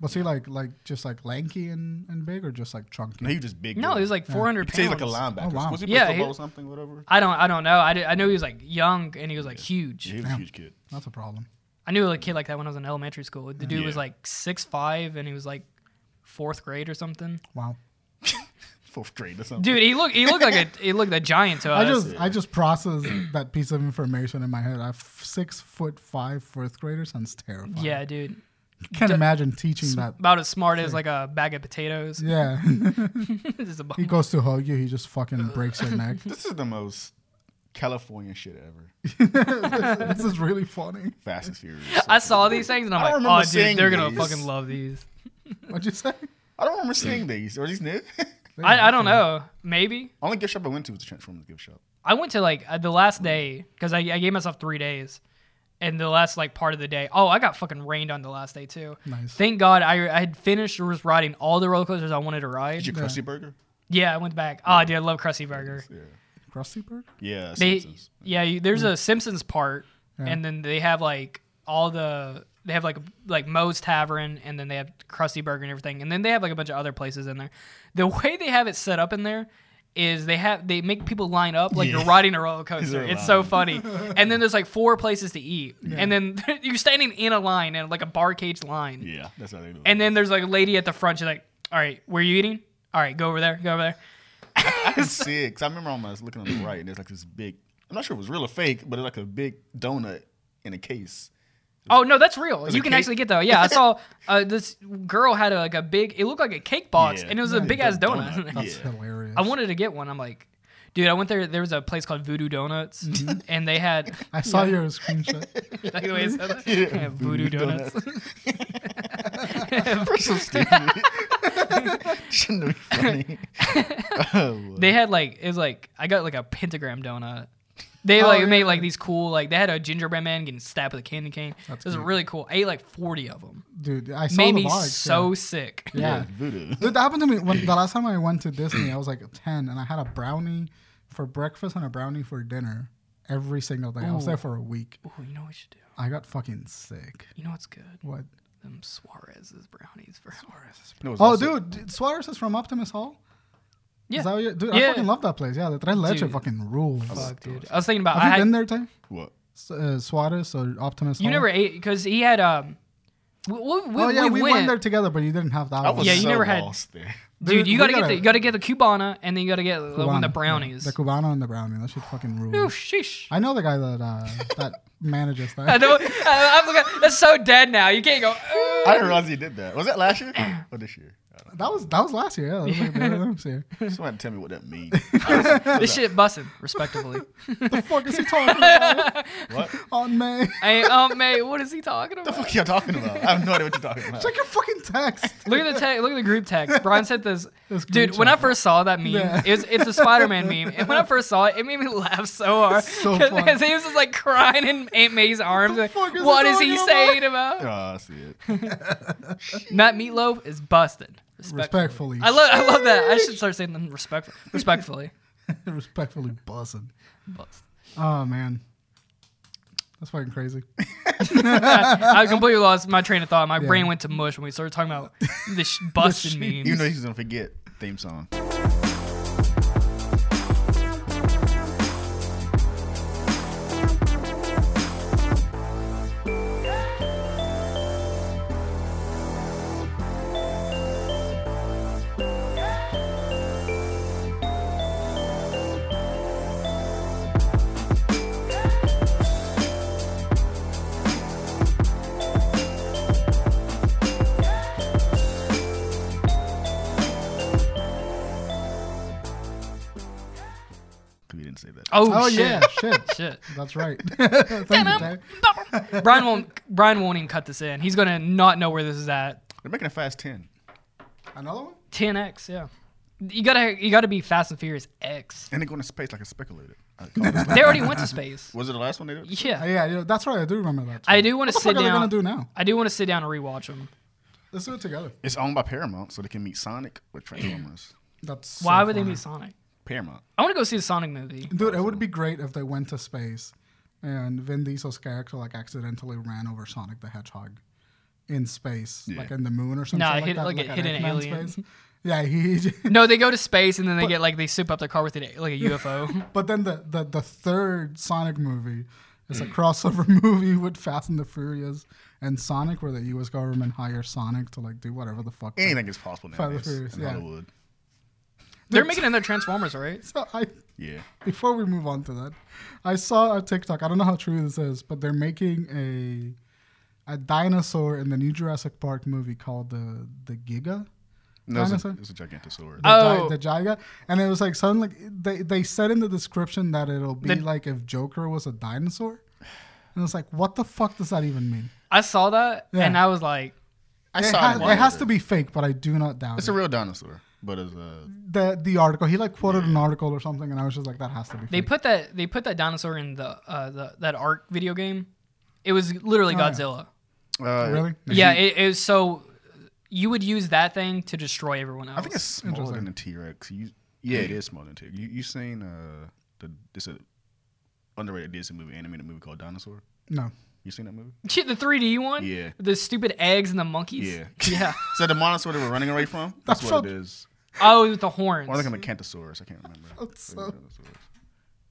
C: Was he like like just like lanky and, and big or just like chunky?
B: No, he was just big.
A: No,
B: dude.
A: he was like 400
B: He was
A: pounds.
B: like a linebacker.
C: Oh, wow.
B: Was he
A: Yeah,
B: playing football
A: he-
B: or something? Whatever.
A: I don't I don't know. I, did- I know he was like young and he was like
B: Yeah,
A: huge.
B: he was a huge kid.
C: That's a problem.
A: I knew a kid like that when I was in elementary school. The dude was like six five, and he was like fourth grade or something.
C: Wow.
B: Fourth grade or something.
A: Dude, he looked he looked like a he looked a giant to
C: I
A: us.
C: just I just processed that piece of information in my head. I f- six foot five fourth grader sounds terrifying.
A: yeah, dude,
C: can't
A: d-
C: imagine teaching that.
A: about as smart as like a bag of potatoes.
C: Yeah,
A: Just a
C: he
A: bum.
C: goes to hug you. He just fucking breaks your neck.
B: This is the most California shit ever.
C: this is really funny.
B: Fast and Furious.
A: I saw these things and
B: I
A: I'm
B: don't
A: like,
B: remember
A: oh, dude,
B: seeing
A: they're gonna
B: these.
A: fucking love these.
C: What'd you say?
B: I don't remember seeing these. Are these new?
A: I, I don't know. Maybe
B: Only gift shop I went to was the Transformers gift shop.
A: I went to like uh, the last day because I, I gave myself three days, and the last like part of the day. Oh, I got fucking rained on the last day too.
C: Nice.
A: Thank God I, I had finished was riding all the roller coasters I wanted to ride.
B: Did you Krusty Burger?
A: yeah, I went back. Oh, dude, I love Krusty Burger.
B: Yeah.
C: Krusty Burger.
B: Yeah.
A: They
B: Simpsons.
A: yeah, you, there's a Simpsons part,
C: Yeah.
A: and then they have like all the they have like like Moe's Tavern, and then they have Krusty Burger and everything, and then they have like a bunch of other places in there. The way they have it set up in there is they have they make people line up like you're riding a roller coaster.
B: a
A: It's so funny. and then there's like four places to eat, and then you're standing in a line and like a barcage line.
B: Yeah. That's how they do it.
A: And then there's like a lady at the front. She's like, "All right, where you eating? All right, go over there, go over there."
B: I can see it, 'cause I remember when I was looking on the right, and there's like this big. I'm not sure if it was real or fake, but it's like a big donut in a case.
A: Oh no, that's real.
B: Is
A: you
B: it
A: can
B: cake?
A: actually get that. Yeah, I saw uh, this girl had a, like a big. It looked like a cake box,
B: Yeah.
A: Oh, and it was a
C: Yeah,
A: big
B: the
A: ass donut.
B: donut,
A: Like,
C: That's
B: Yeah.
C: hilarious.
A: I wanted to get one. I'm like, dude, I went there. There was a place called Voodoo Donuts, and they had
C: I saw your screenshot.
A: like the way it said that.
B: Yeah,
A: Yeah, Voodoo,
B: Voodoo
A: Donuts.
B: We're so stupid. Shouldn't it be funny. Oh, Lord.
A: they had like it was like I got like a pentagram donut. They
C: Oh,
A: like
C: yeah.
A: made like these cool like they had a gingerbread man getting stabbed with a candy cane.
C: That's
A: it was
C: cute.
A: really cool. I ate like 40 of them.
C: Dude, I saw
A: Made
C: the
A: me
C: vlogs,
A: so
C: yeah.
A: sick.
C: Yeah.
B: voodoo.
C: Dude, that happened to me when the last time I went to Disney. I was like ten, and I had a brownie for breakfast and a brownie for dinner every single day. I was there for a week.
A: Ooh, you know what we should do?
C: I got fucking sick.
A: You know what's good?
C: What?
A: Them Suarez's brownies, bro. Suarez.
B: No, it was
C: Oh,
B: also-
C: dude, dude, Suarez is from Optimus Hall.
A: Yeah.
C: Is that what you, dude,
A: Yeah.
C: I fucking love that place. Yeah, the Tres Leche
A: Dude.
C: fucking rules.
A: Fuck, dude. I was thinking about.
C: Have
A: I
C: you
A: had,
C: been there, Tay?
B: What?
C: S- Uh, Suarez or Optimus?
A: You
C: Hall?
A: never ate because he had um. We, we,
C: Oh yeah, we,
A: went,
C: went there together, but you didn't have that.
B: I
C: one.
B: was
A: Yeah, you
B: so
A: never had-
B: lost there.
A: dude.
C: Dude,
A: You
C: we
A: gotta get
C: gotta-
A: the you gotta get the cubana and then you gotta get uh, one of the
C: Cubano.
A: brownies.
C: The Cubano and the brownie. That shit fucking rules.
A: oh sheesh.
C: I know the guy that uh, that manages
A: I
C: that.
A: don't, I, am looking, that's so dead now. You can't go. "Uh."
B: I didn't realize you did that. Was that last year or this year? I don't know.
C: That was that was last year. Yeah, that was like, that was last year.
B: Somebody tell me what that means.
A: This shit bussin', respectively.
C: the fuck is he talking about?
B: what?
C: On May,
A: hey, um, mate, what is he talking
B: The
A: about?
B: fuck y'all talking about? I have no idea what you're talking about.
C: check your fucking text.
A: Look at the te- look at the group text. Brian sent this.
C: This
A: Dude,
C: group
A: when I
C: chat.
A: first saw that meme,
C: Yeah.
A: it was, it's a Spider-Man meme, and when I first saw it, it made me laugh so hard.
C: So
A: 'Cause-
C: funny.
A: 'cause he was just like crying in Aunt May's arms. like,
C: fuck is he
A: what is he
C: talking
A: saying about?
B: Oh, I see it.
A: Matt Meatloaf is busted.
C: Respectfully,
A: I love I love that. I should start saying them respectfully. Respectfully.
C: respectfully buzzing.
A: Bust.
C: Oh man, that's fucking crazy.
A: Oh, I completely lost my train of thought. My
C: Yeah.
A: brain went to mush when we started talking about the sh- busted memes.
B: You know he's gonna forget theme song. We didn't say that.
A: oh,
C: Oh
A: shit.
C: yeah, shit.
A: Shit.
C: That's right. Thank you, Tay.
A: Brian won't Brian won't even cut this in. He's gonna not know where this is at.
B: They're making a fast ten.
C: Another one?
A: 10x, yeah. You gotta you gotta be Fast and Furious X.
B: And they're going to space like a speculator. I call this like-
A: They already went to space.
B: was it the last one they did?
C: Oh,
A: Yeah.
C: yeah, yeah, that's right. I do remember that.
A: I
C: too.
A: do wanna
C: What the
A: sit
C: fuck are they
A: down.
C: gonna do now?
A: I do want to sit down and rewatch them.
C: Let's do it together.
B: It's owned by Paramount, so they can meet Sonic with Transformers.
C: That's so
A: Why would they
C: funny.
A: be Sonic?
B: Paramount.
A: I want to go see the Sonic movie.
C: Dude, it would be great if they went to space and Vin Diesel's character like accidentally ran over Sonic the Hedgehog in space,
B: Yeah.
C: like in the moon or something
A: Nah,
C: like
A: hit-
C: that.
A: like, it
C: at
A: hit an
C: Eggman
A: alien.
C: Yeah, he. he-
A: No, they go to space and then they get like they soup up their car with it, like a UFO.
C: But then the, the the third Sonic movie It's
A: Mm.
C: a crossover movie with Fast and the Furious and Sonic, where the U.S. government hires Sonic to like do whatever the fuck. they-
B: Anything is possible
C: Fast and
B: nowadays
C: Furious,
B: in
C: yeah.
B: Hollywood.
A: They're making another Transformers, right?
C: So I,
B: Yeah.
C: before we move on to that, I saw a TikTok. I don't know how true this is, but they're making a a dinosaur in the new Jurassic Park movie called the the Giga.
B: No, it's a,
C: Dinosaur? Uh,
B: it's a gigantosaur.
C: The Gi-
A: Oh.
C: the Giga, and it was like something like they they said in the description that it'll be
A: The-
C: like if Joker was a dinosaur, and it's like what the fuck does that even mean?
A: I saw that
C: Yeah.
A: and I was like,
B: I
C: it,
B: saw
C: ha-
B: it. in
C: it
B: one
C: has
B: of
C: to be fake, but I do not doubt
B: It's
C: it.
B: a real dinosaur, but it's a
C: the the article he like quoted an article or something, and I was just like that has to be.
A: they
C: fake.
A: put that they put that dinosaur in the uh the, that art video game. It was literally
C: Oh, yeah.
A: Godzilla.
B: uh,
C: really?
A: Yeah, it, it was so you would use that thing to destroy everyone else.
B: I think it's smaller
C: Interesting.
B: than a T Rex. You, yeah, it is smaller than T Rex. You you seen uh the this a underrated Disney movie animated movie called Dinosaur?
C: No.
B: You seen that movie?
A: Shit, the 3D one.
B: Yeah.
A: The stupid eggs and the monkeys.
B: Yeah.
A: Yeah.
B: So the dinosaur they were running away from?
C: That's
B: That's,
C: so-
B: what it is.
A: oh, with the horns.
B: Or like a Mechantosaurus. I can't remember.
C: That's so-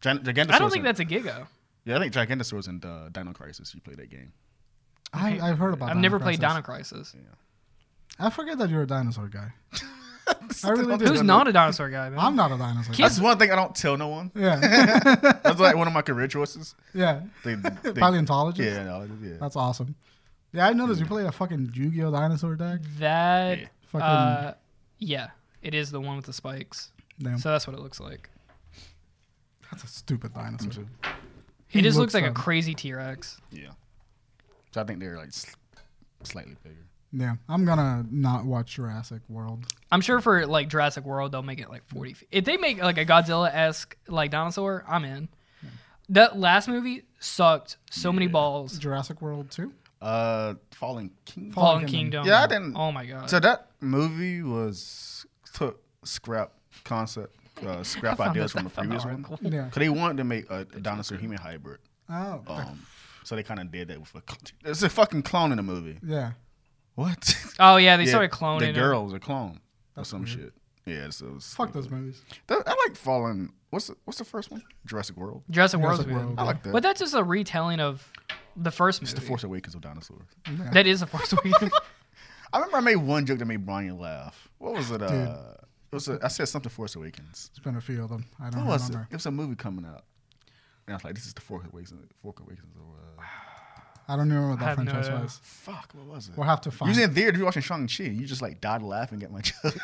B: Gigant- Gigantosaurus.
A: I don't think
B: and-
A: that's a gigo.
B: Yeah, I think Gigantosaurus and uh, Dino Crisis. You play that game.
C: I, I've heard about.
A: I've never played
C: Crisis.
A: Dino Crisis.
C: I forget that you're a dinosaur guy. I really do.
A: Who's not a dinosaur guy, man?
C: I'm not a dinosaur.
A: Kids-
B: That's one thing I don't tell no one.
C: Yeah,
B: That's like one of my career choices.
C: yeah.
B: They, they,
C: Paleontologist.
B: Yeah, no, yeah.
C: That's awesome. Yeah, I noticed you played a fucking Yu-Gi-Oh dinosaur deck.
A: that.
B: Yeah.
C: Fucking
A: Uh, yeah, it is the one with the spikes.
C: damn,
A: So that's what it looks like.
C: that's a stupid dinosaur.
A: It
C: He
A: just looks, like
C: looks
A: a
C: up.
A: crazy T Rex.
B: Yeah. So I think they're like sl- slightly bigger.
C: Yeah, I'm gonna not watch Jurassic World.
A: I'm sure for like Jurassic World, they'll make it like 40 feet. If they make like a Godzilla esque like dinosaur, I'm in. That last movie sucked so many
B: Yeah.
A: balls.
C: Jurassic World Two.
B: Uh, Fallen King.
C: Fallen
A: Fallen
C: Kingdom.
A: Kingdom.
B: Yeah, I didn't-
A: Oh my god.
B: So that movie was took scrap concept, uh, scrap
A: I found
B: ideas
A: this-
B: from the
A: I found the
B: previous one.
A: article.
C: Yeah.
B: Cause they wanted to make a, a dinosaur human hybrid.
C: Oh.
B: Um, so they kind of did that with a. cl- There's a fucking clone in the movie.
C: yeah.
B: What?
A: Oh yeah, they
B: Yeah,
A: started cloning.
B: The
A: it.
B: girl was a clone or some
C: weird.
B: shit. Yeah, so it was,
C: Fuck those movies.
B: That- I like Fallen. What's the, what's the first one? Jurassic World.
A: Jurassic World's
C: Jurassic
A: good.
C: World.
B: I like that.
A: But that's just a retelling of the first movie.
B: It's the Force Awakens of dinosaurs.
C: Yeah.
A: That is the first movie.
B: I remember I made one joke that made Brian laugh. What was it? Uh, it was a, I said something Force Awakens.
C: It's been a few of them. I don't
B: What was it?
C: remember.
B: It was a movie coming out. And I was like, this is the Force Awakens. Force Awakens. Or,
A: Ah,
B: uh,
C: I don't remember what
A: I
C: that
A: have no
C: franchise
A: idea.
C: was.
B: fuck, what was it?
C: We'll have to
B: you
C: find.
B: was in theater, you were watching Shang-Chi, and you just like died laughing at my joke.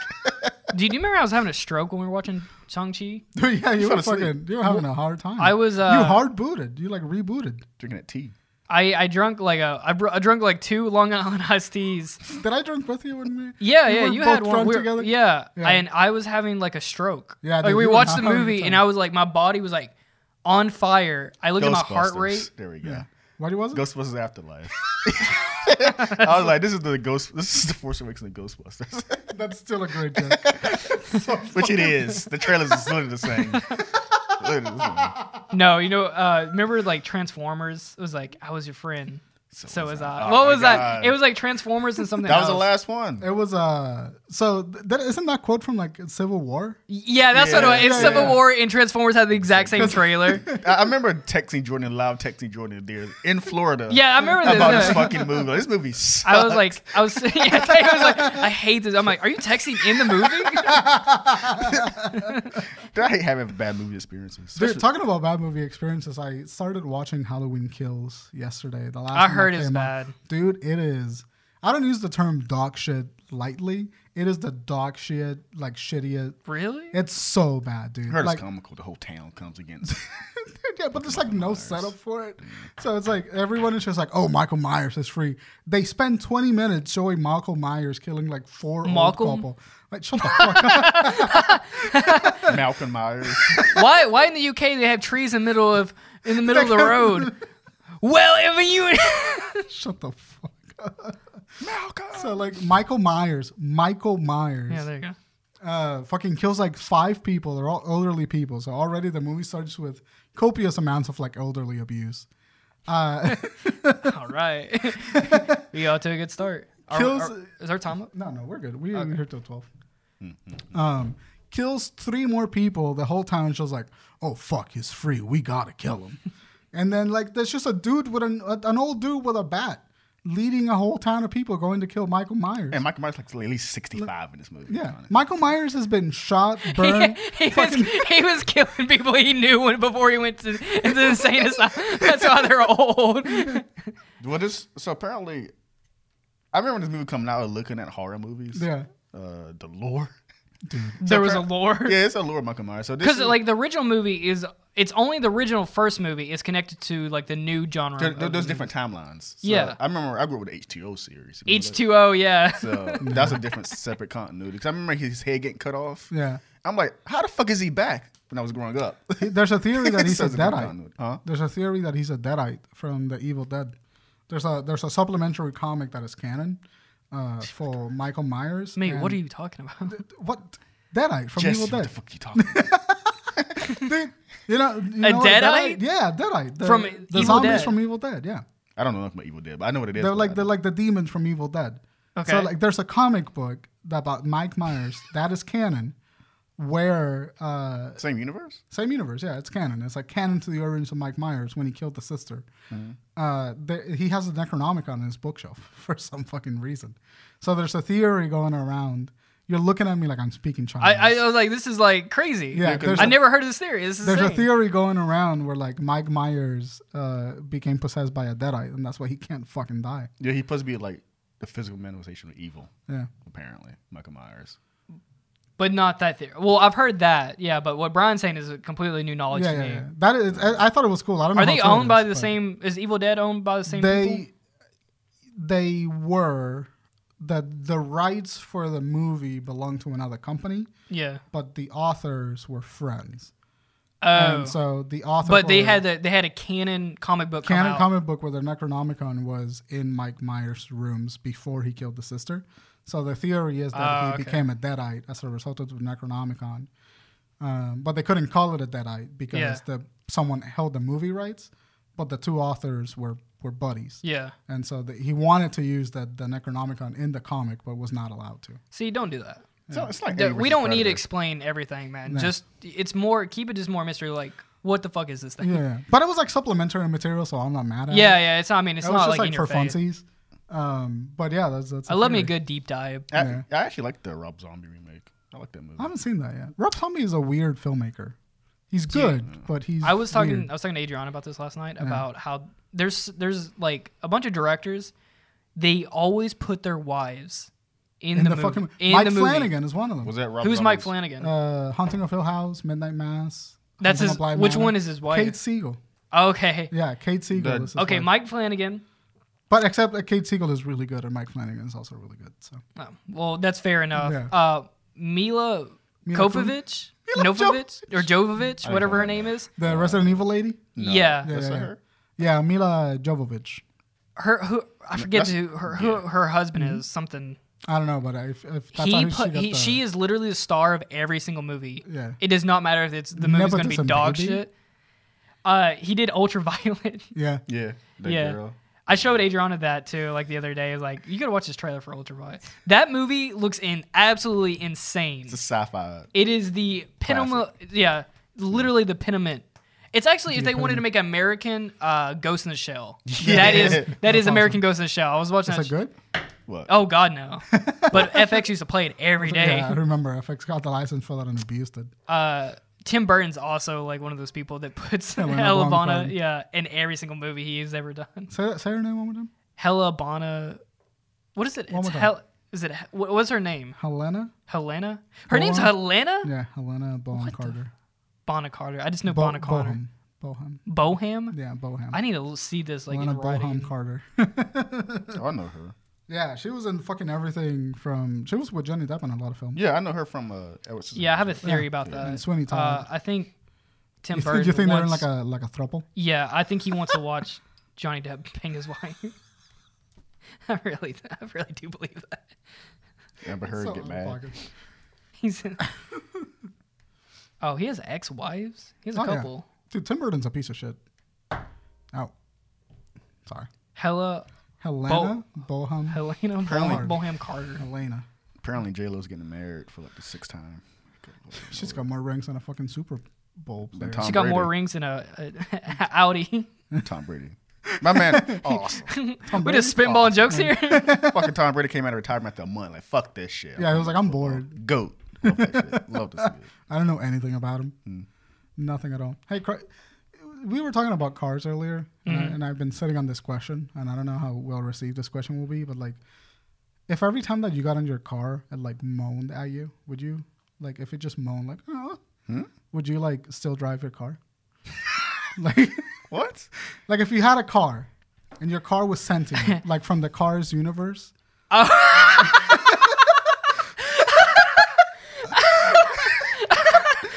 A: Do you remember I was having a stroke when we were watching Shang Chi?
C: Dude, yeah, you
B: fell
C: were
B: asleep.
C: fucking. You were having a hard time.
A: I was,
C: you
A: uh,
C: hard booted. You like rebooted.
B: Drinking that tea.
A: I I drunk like a I, br- I drunk like two Long Island iced teas.
C: Did I drink with you when we?
A: Yeah,
C: we
A: yeah,
C: were
A: you
C: both
A: had one.
C: drunk
A: We were-
C: together.
A: yeah,
C: Yeah.
A: and I was having like a stroke.
C: Yeah,
A: like
C: dude,
A: we
C: you were
A: watched
C: not
A: the
C: having a good
A: movie, and
C: time.
A: I was like, my body was like on fire. I looked at my heart
B: Ghostbusters.
A: rate.
B: There we go.
C: Yeah. What was it?
B: Ghostbusters Afterlife. I was like, this is the Ghost. This is the Force Awakens and Ghostbusters,
C: That's still a great joke.
B: which it is. The trailers is literally the same. Literally the same.
A: No, you know, uh, remember like Transformers? It was like I was your friend, so, was I.
B: Oh
A: what
B: my
A: was that?
B: God.
A: It was like Transformers and something.
B: That was the
A: else.
B: last one.
C: It was uh so th- that isn't that quote from like Civil War?
A: Yeah, that's what it
B: Yeah.
A: was. It's
C: Yeah,
A: Civil
C: yeah.
A: War and Transformers had the exact same trailer.
B: I I remember texting Jordan, loud texting Jordan there in Florida.
A: yeah, I remember
B: about this
A: this. Yeah.
B: fucking movie. Like, this movie sucks.
A: I was like, I was, yeah, I was like, I hate this. I'm like, are you texting in the movie?
B: Dude, I hate having bad movie experiences.
C: Dude,
B: Especially-
C: talking about bad movie experiences, I started watching Halloween Kills yesterday. The last
A: I
C: one
A: heard
C: that
A: it's
C: came out.
A: bad.
C: dude. It is. I don't use the term dog shit lightly. It is the dog shit like shittiest.
A: really?
C: It's so bad, dude.
B: I heard
C: like,
B: it's comical. The whole town comes against.
C: yeah, but there's like no setup for it. So it's like everyone is just like, oh, Michael Myers is free. They spend 20 minutes showing Michael Myers killing like four
A: Malcolm?
C: old couple. Like, shut the fuck up.
B: Malcolm Myers.
A: Why? Why in the UK they have trees in the middle of in the middle of the road? Well, if you
C: Shut the fuck up.
B: Malcolm.
C: So like Michael Myers, Michael Myers,
A: yeah, there you go.
C: uh, fucking kills like five people. They're all elderly people. So already the movie starts with copious amounts of like elderly abuse. Uh,
A: All right, we got to a good start. Are-
C: Kills-
A: are- is our time up?
C: no, no, we're good. We, We're here till 12
B: Hmm,
C: Um, kills three more people. The whole town shows like, oh fuck, he's free. We gotta kill him. And then like there's just a dude with an a, an old dude with a bat leading a whole town of people going to kill Michael Myers.
B: And Michael Myers like at least sixty five in this movie. to be
C: yeah,
B: honest.
C: Michael Myers has been shot, burned.
A: he, was,
C: fucking-
A: he was killing people he knew when, before he went to, into the insane asylum. That's why they're old.
B: Well, this so apparently, I remember when this movie coming out, I was looking at horror movies.
C: yeah,
B: Uh, the lore.
A: there was a lore.
B: Yeah, it's a lore of Michael Myers. So this
A: Because
B: is-
A: like the original movie is, it's only the original first movie is connected to like the new genre.
B: there,
A: of
B: there- there's
A: the
B: different timelines. So
A: Yeah.
B: I remember I grew up with the HTO series.
A: movie. H2O, yeah.
B: So that's a different separate continuity. Because I remember his head getting cut off.
C: yeah.
B: I'm like, how the fuck is he back? When I was growing up.
C: He- There's a theory that he's
B: So
C: a
B: it's different
C: deadite.
B: continuity. Huh?
C: There's a theory that he's a deadite from the Evil Dead. There's a there's a supplementary comic that is canon uh, for Michael Myers.
A: Mate, what
C: and-
A: are you talking about?
C: What deadite from
B: Jesse,
C: Evil
B: what
C: Dead?
B: the fuck you talking about?
C: Dude, you know, you
A: A
C: know what
A: deadite?
C: Yeah, deadite. The,
A: From
C: the
A: Evil
C: zombies
A: Dead.
C: from Evil Dead. Yeah,
B: I don't know nothing about Evil Dead, but I know what it is.
C: they're
B: but
C: like
B: I
C: they're
B: don't-
C: like the demons from Evil Dead.
A: Okay.
C: So like, there's a comic book about Mike Myers that is canon, where uh,
B: Same universe?
C: same universe. Yeah, it's canon. It's like canon to the origins of Mike Myers when he killed the sister. Uh, the, he has a Necronomicon on his bookshelf for some fucking reason. So there's a theory going around. You're looking at me like I'm speaking Chinese.
A: I, I was like, this is like crazy.
C: Yeah, there's
A: I
C: a-
A: never heard of this theory. This is
C: there's a
A: insane.
C: theory going around where like Mike Myers uh, became possessed by a deadite, and that's why he can't fucking die.
B: Yeah, he's supposed to be like the physical manifestation of evil,
C: Yeah.
B: apparently. Michael Myers.
A: but not that theory. Well, I've heard that, yeah. But what Brian's saying is a completely new knowledge
C: Yeah,
A: to
C: yeah,
A: me.
C: yeah. That is, I, I thought it was cool. I don't know.
A: Are
C: how
A: they
C: true it
A: owned by
C: is,
A: the
C: but
A: same? Is Evil Dead owned by the same people?
C: They, they were the the rights for the movie belonged to another company,
A: Yeah.
C: but the authors were friends,
A: Oh,
C: and so the author.
A: but they
C: for
A: had a, they had a canon comic book. come
C: canon
A: out.
C: comic book where the Necronomicon was in Mike Myers' rooms before he killed the sister. So the theory is that
A: Ah,
C: he
A: okay.
C: became a deadite as a result of the Necronomicon. Um, but they couldn't call it a deadite because
A: Yeah.
C: the someone held the movie rights, but the two authors were were buddies.
A: Yeah.
C: And so the, he wanted to use the, the Necronomicon in the comic, but was not allowed to.
A: See, don't do that.
B: So it's like
A: That-
B: Alien
A: we
B: versus
A: don't need to
B: Predator.
A: explain everything, man.
C: No.
A: Just it's more keep it just more mystery. Like what the fuck is this thing?
C: Yeah, but it was like supplementary material, so I'm not mad at it.
A: yeah. yeah, it's not. I mean, it's
C: it was
A: not like,
C: just like,
A: in your
C: for
A: face.
C: funsies. Um, but yeah, that's that's. a
A: I love me a
C: theory.
A: good deep dive.
B: I,
C: Yeah.
B: I actually like the Rob Zombie remake. I like that movie.
C: I haven't seen that yet. Rob Zombie is a weird filmmaker. He's good, but he's.
A: I was talking.
C: weird.
A: I was talking to Adrian about this last night about how there's there's like a bunch of directors, they always put their wives in,
C: in
A: the,
C: the,
A: movie.
C: fucking
A: in
C: Mike
A: the movie.
C: Flanagan is one of them.
B: was that Rob
A: Who's Mike
B: Zombie's-
A: Flanagan?
C: Uh, Haunting of Hill House, Midnight Mass.
A: That's
C: Haunting
A: his-
C: of Bly
A: which
C: Manor.
A: one is his wife?
C: Kate Siegel.
A: okay,
C: Yeah, Kate Siegel.
B: The-
C: is his
A: okay,
C: wife.
A: Mike Flanagan.
C: But except that Kate Siegel is really good, and Mike Flanagan is also really good. So
A: Oh, well, that's fair enough.
C: Yeah.
A: Uh, Mila,
C: Mila
A: Kovovic,
C: Mila
A: Novovich, or Jovovich, whatever her name is.
C: the Resident Evil lady.
B: No.
A: Yeah.
C: Yeah,
B: That's
C: yeah,
B: not
C: yeah.
B: her.
C: Yeah, Mila Jovovich.
A: Her who I forget
B: that's-
A: who her who her husband
C: Mm-hmm.
A: is something.
C: I don't know, but I, if, if that's
A: he
C: how
A: put,
C: she, got
A: he,
C: the,
A: she is literally the star of every single movie.
C: Yeah.
A: It does not matter if it's the movie's going to be
C: Nepotism,
A: dog
C: baby.
A: shit. Uh, he did Ultraviolet.
C: Yeah,
B: Yeah. That
A: yeah.
B: girl.
A: I showed Adriana that too, like the other day. Like, you gotta watch this trailer for Ultraviolet. That movie looks in absolutely insane.
B: It's a sci-fi.
A: It is the pinnacle. Yeah, literally the pinnacle. It's actually if they wanted to make American uh, Ghost in the Shell. That is that is
C: That's
A: American Ghost in the Shell. I was watching.
C: is
A: that
C: that
A: sh-
C: good?
B: What?
A: Oh God, no! But FX used to play it every day.
C: Yeah, I remember. FX got the license for that and abused it.
A: uh, Tim Burton's also like one of those people that puts
C: Helena
A: Hella
C: Bonham
A: Bonna,
C: Carter.
A: yeah, in every single movie he's ever done.
C: Say that. Say her name one more time.
A: Hella Bonna, what is it?
C: One
A: It's
C: more time.
A: Hel- is it? What was her name?
C: Helena.
A: Helena. Her name's
C: Bonham-
A: Helena
C: Yeah, Helena Bonham Carter.
A: Bonna Carter. I just know
C: Bo-
A: Bonna Carter.
C: Bohem. Bohem.
A: Boham.
C: Yeah, Bohem.
A: I need to see this like
C: Helena
A: in
C: Bohem
A: writing.
C: Carter.
B: Oh, I know her.
C: yeah, she was in fucking everything from. She was with Johnny Depp in a lot of films.
B: Yeah, I know her from uh, Edward Scissorhands.
A: Yeah, I have a theory about that.
C: And Sweeney
A: Uh,
C: Todd.
A: I think Tim
C: you,
A: Burton.
C: think, you think they're in
A: wants-
C: like a like a throuple?
A: Yeah, I think he wants to watch Johnny Depp bang his wife. I really, I really do believe that.
B: Amber Heard
C: So
B: get
C: out of
B: mad.
C: pocket.
A: He's. In... oh, he has ex-wives. He has a
C: Oh, yeah.
A: couple.
C: Dude, Tim Burton's a piece of shit. Oh, sorry.
A: Hella
C: Helena Bohem.
A: Helena
C: Apparently.
A: Bonham, Bonham Carter.
C: Helena.
B: Apparently, J Lo's getting married for like the sixth time. Good lord.
C: She's got more rings than a fucking Super Bowl player.
B: Tom
A: She got more
B: Brady.
A: rings than a, a Audi.
B: Tom Brady. My man, awesome.
A: we just spinballing jokes here.
B: Fucking Tom Brady came out of retirement after a month. Like, fuck this shit.
C: Yeah, he was like, I'm bored.
B: Goat. Love that shit. Love to see it.
C: I don't know anything about him. Nothing at all. Hey, Cra- we were talking about cars earlier, and,
A: Mm-hmm.
C: I, and I've been sitting on this question, and I don't know how well received this question will be, but like, if every time that you got in your car and like moaned at you, would you like if it just moaned like, oh, would you like still drive your car? like,
B: What?
C: like if you had a car, and your car was sentient, like from the Cars universe.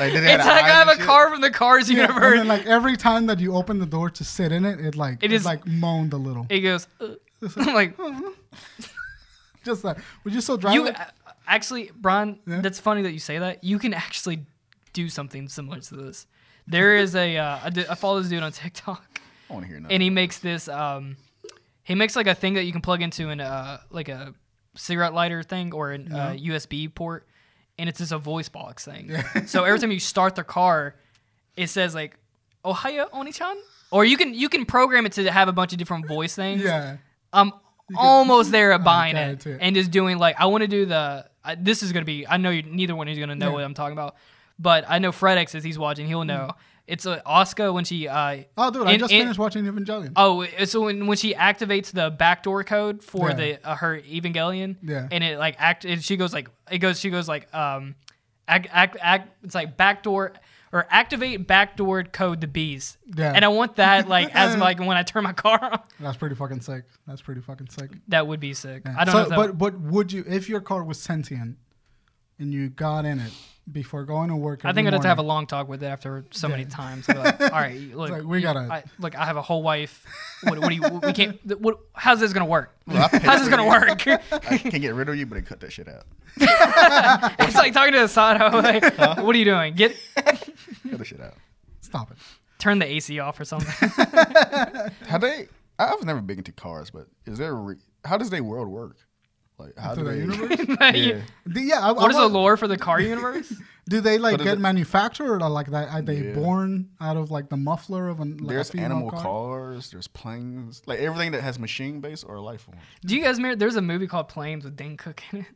B: Like, did they
A: It's
B: have
A: like I
B: eyes
A: have
B: and
A: a
B: shit?
A: car from the Cars
C: Yeah, and
A: universe.
C: then, like every time that you open the door to sit in it, it like
A: It
C: it,
A: is-
C: like moaned a little.
A: it goes. "Ugh." I'm like
C: Oh, just that. Would you still drive
A: you.
C: it?
A: uh, Actually, Brian,
C: Yeah?
A: that's funny that you say that. You can actually do something similar to this. There is a uh, I, did, I follow this dude on TikTok,
B: I want to hear nothing.
A: and he makes this. Um, he makes like a thing that you can plug into an uh, like a cigarette lighter thing or an uh, USB port, and it's just a voice box thing. so every time you start the car, it says like "Ohio Oni-chan," or you can you can program it to have a bunch of different voice things.
C: Yeah. Oh,
A: I'm almost there at buying
C: got
A: it,
C: it, too.
A: and just doing like I want to do the. I, this is gonna be. I know you, neither one is gonna know what I'm talking about, but I know Fredex as he's watching, he'll know. It's uh, Oscar when she. Uh,
C: Mm. Oh, dude, I
A: in-
C: just
A: in-
C: finished watching Evangelion.
A: Oh, so when, when she activates the backdoor code for
C: Yeah.
A: the uh, her Evangelion,
C: Yeah.
A: and it like act, and she goes like it goes, she goes like um, act, act, act it's like backdoor or activate backdoor code the bees,
C: Yeah.
A: and I want that like as like when I turn my car on,
C: That's pretty fucking sick. That's pretty fucking sick.
A: that would be sick. I don't
C: so,
A: know, if that,
C: but but would you if your car was sentient and you got in it before going to work?
A: I think I'd
C: every
A: have to have a
C: morning,
A: long talk with it after so many times. I'd be like, all right, look,
C: like, we
A: you-
C: gotta-
A: I, look, I have a whole wife. What, what do you? We can't. th- What? How's this gonna work?
B: Well, I paid
A: How's this
B: for
A: gonna
B: you.
A: work? it's
B: I can't get rid of you, but they cut that shit out.
A: like talking to Asado. Like, what are you doing? Get
B: Cut the shit out.
C: Stop it.
A: turn the AC off or something.
B: How they? I I was never big into cars, but is there? a Re, how does they world work? Like how
C: Through
B: do they?
C: the universe?
B: Yeah.
C: The- yeah. I,
A: What
C: I
A: is the
C: want-
A: lore for the car universe?
C: Do they like
B: is
C: get
B: it-
C: manufactured or like that? Are they
B: Yeah.
C: born out of like the muffler of an, like, a
B: There's
C: female
B: animal
C: car?
B: cars. There's planes. Like everything that has machine base or a life form.
A: Do you guys remember? There's a movie called Planes with Dane Cook in it.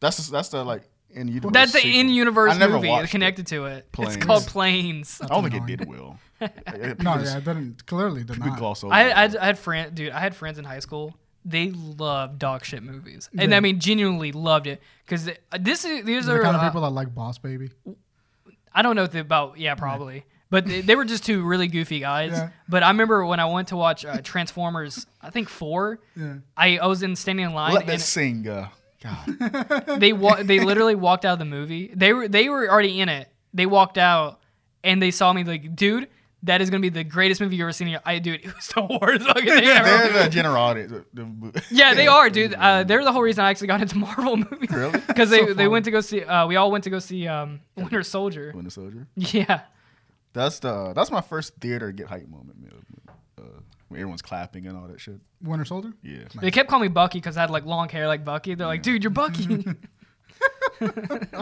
B: That's the, that's the like in universe.
A: That's an
B: sequel.
A: in-universe
B: I never
A: movie
B: watched
A: connected to it.
B: Planes. Oh,
A: It's called Planes.
B: I don't think it did well.
C: No, yeah, it didn't. Clearly, did
B: We
C: not.
B: gloss over.
A: I, I,
B: it.
A: had- I had friend, dude. I had friends in high school. They loved dog shit movies, and I mean, genuinely loved it because this is these
C: the
A: are.
C: kind of
A: uh,
C: people that like Boss Baby.
A: I don't know if they- about yeah, probably, but they, they were just two really goofy guys.
C: Yeah.
A: But I remember when I went to watch uh, Transformers, I think four.
C: Yeah.
A: I, I was in standing in line.
B: Let that
A: and
B: sing. Uh, God,
A: they wa- they literally walked out of the movie. They were they were already in it. They walked out and they saw me like, dude, that is gonna be the greatest movie you have ever seen. in your-" I dude, it was the worst fucking thing ever.
B: they're the generality. the- the-
A: Yeah, they are, dude. Uh, they're the whole reason I actually got into Marvel movies.
B: Really?
A: Because they,
C: So
A: they
C: funny.
A: went to go see. Uh, we all went to go see um, Winter Soldier.
B: Winter Soldier.
A: Yeah.
B: That's the that's my first theater get hype moment. man. Uh, when everyone's clapping and all that shit.
C: Winter Soldier.
B: Yeah.
A: They kept calling me Bucky because I had like long hair like Bucky. They're like, dude, you're Bucky.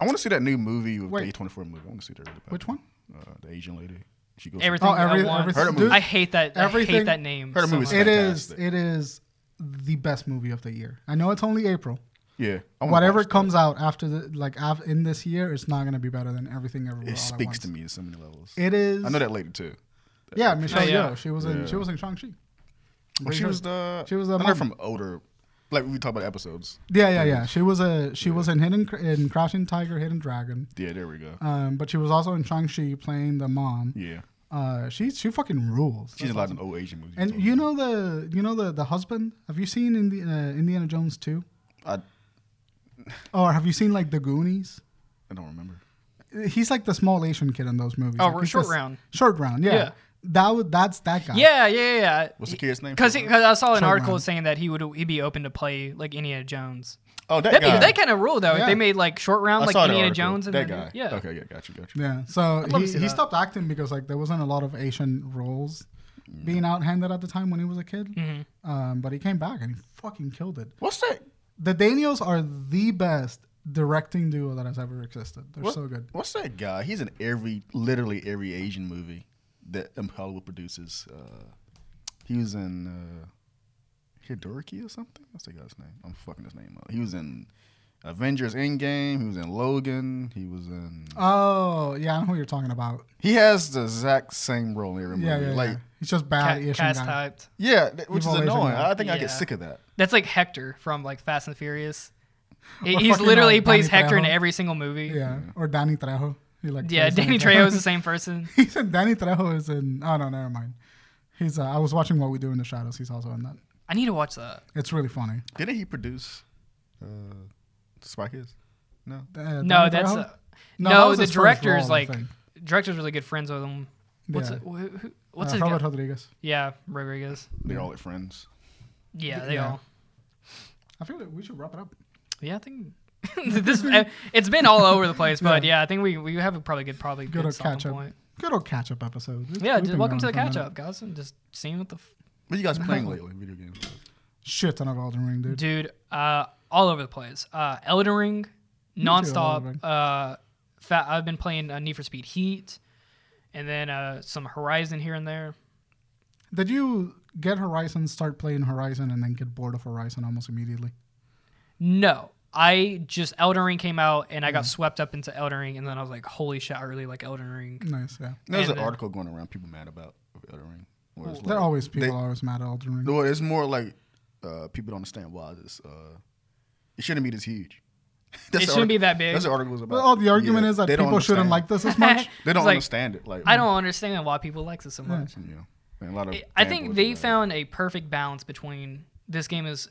B: I want to see that new movie with
C: Wait.
B: the A24 movie. I want to see that. Really bad.
C: Which one?
B: Uh, the Asian lady. She goes.
A: everything.
C: Oh, every-
A: I, want.
C: everything-
B: Heard a movie.
A: I hate that. I hate
C: Everything-
A: that name.
B: Heard a
A: so
B: movie.
A: much.
C: It is.
B: Fantastic.
C: It is the best movie of the year. I know it's only April.
B: Yeah. I wanna
C: Whatever
B: watch that.
C: comes out after the like af- in this year, it's not gonna be better than everything ever.
B: It speaks to me in so many levels.
C: It is.
B: I know that lady too.
C: Yeah, Michelle
A: Oh, yeah.
C: Yeoh. She was in. She
B: Yeah.
C: was in Shang Chi.
B: Well, she was the.
C: She was
B: I
C: the
B: know her
C: mom.
B: from older. Like we talk about episodes.
C: Yeah, yeah, yeah. She was a. She was in Hidden Cr- in Crouching Tiger, Hidden Dragon.
B: Yeah. There we go.
C: Um, but she was also in Shang Chi playing the mom.
B: Yeah.
C: Uh, she she fucking rules.
B: She's in a lot of old Asian movies.
C: And you know the you know the the husband. Have you seen in the uh, Indiana Jones two?
B: I,
C: Or have you seen like the Goonies?
B: I don't remember.
C: He's like the small Asian kid in those movies.
A: Oh,
C: Like, he's
A: Short
C: this-
A: Round.
C: Short round, yeah.
A: Yeah.
C: That would that's that guy.
A: Yeah, yeah, yeah.
B: What's the kid's name?
A: Because I saw an
C: Short
A: article
C: round.
A: saying that he would he'd be open to play like Indiana Jones.
B: Oh, that
A: That'd
B: guy.
A: be that kind of rule though. If
C: Yeah.
A: they made like short
B: I
A: round like
B: saw that
A: Indiana
B: article.
A: Jones and
B: that
A: then,
B: guy.
A: yeah.
B: Okay. Yeah. Gotcha. Gotcha.
C: Yeah. So
A: love
C: he,
A: to see
C: he
A: that.
C: stopped acting because like there wasn't a lot of Asian roles being outhanded at the time when he was a kid.
A: Mm-hmm.
C: Um, but he came back and he fucking killed it.
B: What's that?
C: The Daniels are the best directing duo that has ever existed. They're
B: What-
C: so good.
B: What's that guy? He's in every, literally every Asian movie. that um, Hollywood produces. Uh, he was in uh, Hidoriki or something. What's the guy's name? I'm fucking his name up. He was in Avengers Endgame. He was in Logan. He was in.
C: Oh, yeah, I know who you're talking about.
B: He has the exact same role in every movie.
C: Yeah, yeah,
B: like
C: yeah. He's just
A: Ca-
C: bad Asian
A: cast
C: guy.
A: typed.
B: yeah, th- which
C: You've
B: is
C: always
B: annoying.
C: been
B: I think I
A: Yeah.
B: get sick of that.
A: That's like Hector from like Fast and the Furious. He-
C: Or
A: He's
C: fucking,
A: literally
C: like,
A: he plays
C: Danny
A: Hector in
C: Trejo.
A: every single movie. Yeah,
C: Yeah, or Danny Trejo. He like plays
A: Danny Trejo is the same person.
C: He's in Danny Trejo is in. Oh no, never mind. He's. Uh, I was watching What We Do in the Shadows. He's also in that.
A: I need to watch that.
C: It's really funny.
B: Didn't he produce uh, Spike Kids? No.
A: No,
C: Uh, Danny
A: that's
C: Trejo?
A: uh, no.
C: No, that was
A: the
C: his first
A: director's
C: role, I
A: like
C: think.
A: director's really good friends with him. What's
C: Yeah.
A: it? Who, who- what's
C: uh,
A: his?
C: Robert
A: guy?
C: Rodriguez.
A: Yeah, Rodriguez.
B: They're all like friends.
A: Yeah, they
C: Yeah.
A: all.
C: I feel like we should wrap it up.
A: Yeah, I think this. eh, It's been all over the place, but yeah, I think we we have a probably good probably
C: Good
A: good,
C: old
A: solid
C: catch up.
A: point.
C: Good old catch up episode. It's-
A: Yeah,
C: we've
A: just
C: been
A: welcome to the
C: going for a
A: catch
C: minute.
A: up, guys, and just seeing what the f-
B: What you guys playing lately? Video games.
C: Shit ton of Elden Ring, dude.
A: dude uh, all over the place. Uh, Elden Ring, nonstop.
C: Elden Ring.
A: Uh, fa- I've been playing uh, Need for Speed Heat, and then uh, some Horizon here and there.
C: Did you get Horizon, start playing Horizon, and then get bored of Horizon almost immediately?
A: No, I just Elden Ring came out, and
C: Mm-hmm.
A: I got swept up into Elden Ring, and then I was like, holy shit, I really like Elden Ring.
C: Nice, yeah.
B: There's
A: And,
B: an
A: uh,
B: article going around people mad about Elden Ring. where it's
C: There are
B: like-
C: always people
B: they-
C: always mad at Elden Ring.
B: Well, it's more like uh, people don't understand why this. Uh, it shouldn't be this huge. That's
A: It
B: the
A: shouldn't be
B: artic-
A: that big.
B: That's the article was about.
C: Well, the argument
B: Yeah,
C: is that
B: they don't
C: people shouldn't
B: understand.
C: like this as much.
B: They don't
A: It's like,
B: understand it. Like
A: I don't understand why people like this so much.
B: Hmm. Yeah, and a lot of.
A: I
B: fanboys
A: think
B: are
A: they
B: like-
A: found a perfect balance between this game is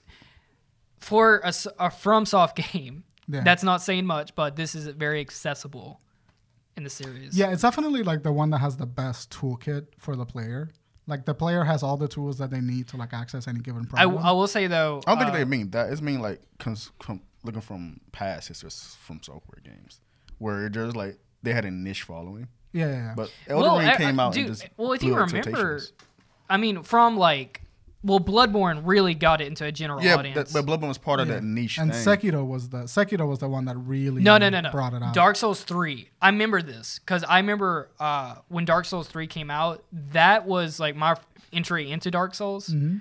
A: for a, s- a FromSoft game.
C: Yeah.
A: That's not saying much, but this is very accessible in the series.
C: Yeah, it's definitely like the one that has the best toolkit for the player. Like the player has all the tools that they need to like access any given
A: I,
C: problem.
A: I will say though,
B: Uh-huh. I don't think
A: uh,
B: they mean that. It's mean like cons- com- looking from past histories from software games, where it just like they had a niche following,
C: yeah, yeah, yeah.
B: but Elden
A: well,
B: Ring
A: I- I-
B: came out
A: dude,
B: and just
A: well, if you
B: blew
A: remember,
B: expectations.
A: I mean, from like, well, Bloodborne really got it into a general
B: yeah, that,
A: audience.
B: but Bloodborne was part of
C: Yeah.
B: that niche
C: and
B: thing.
C: Sekiro was the Sekiro was the one that really
A: no, no, no, no.
C: brought it out.
A: Dark Souls three. I remember this because I remember uh, when Dark Souls three came out. That was like my entry into Dark Souls.
C: Mm-hmm.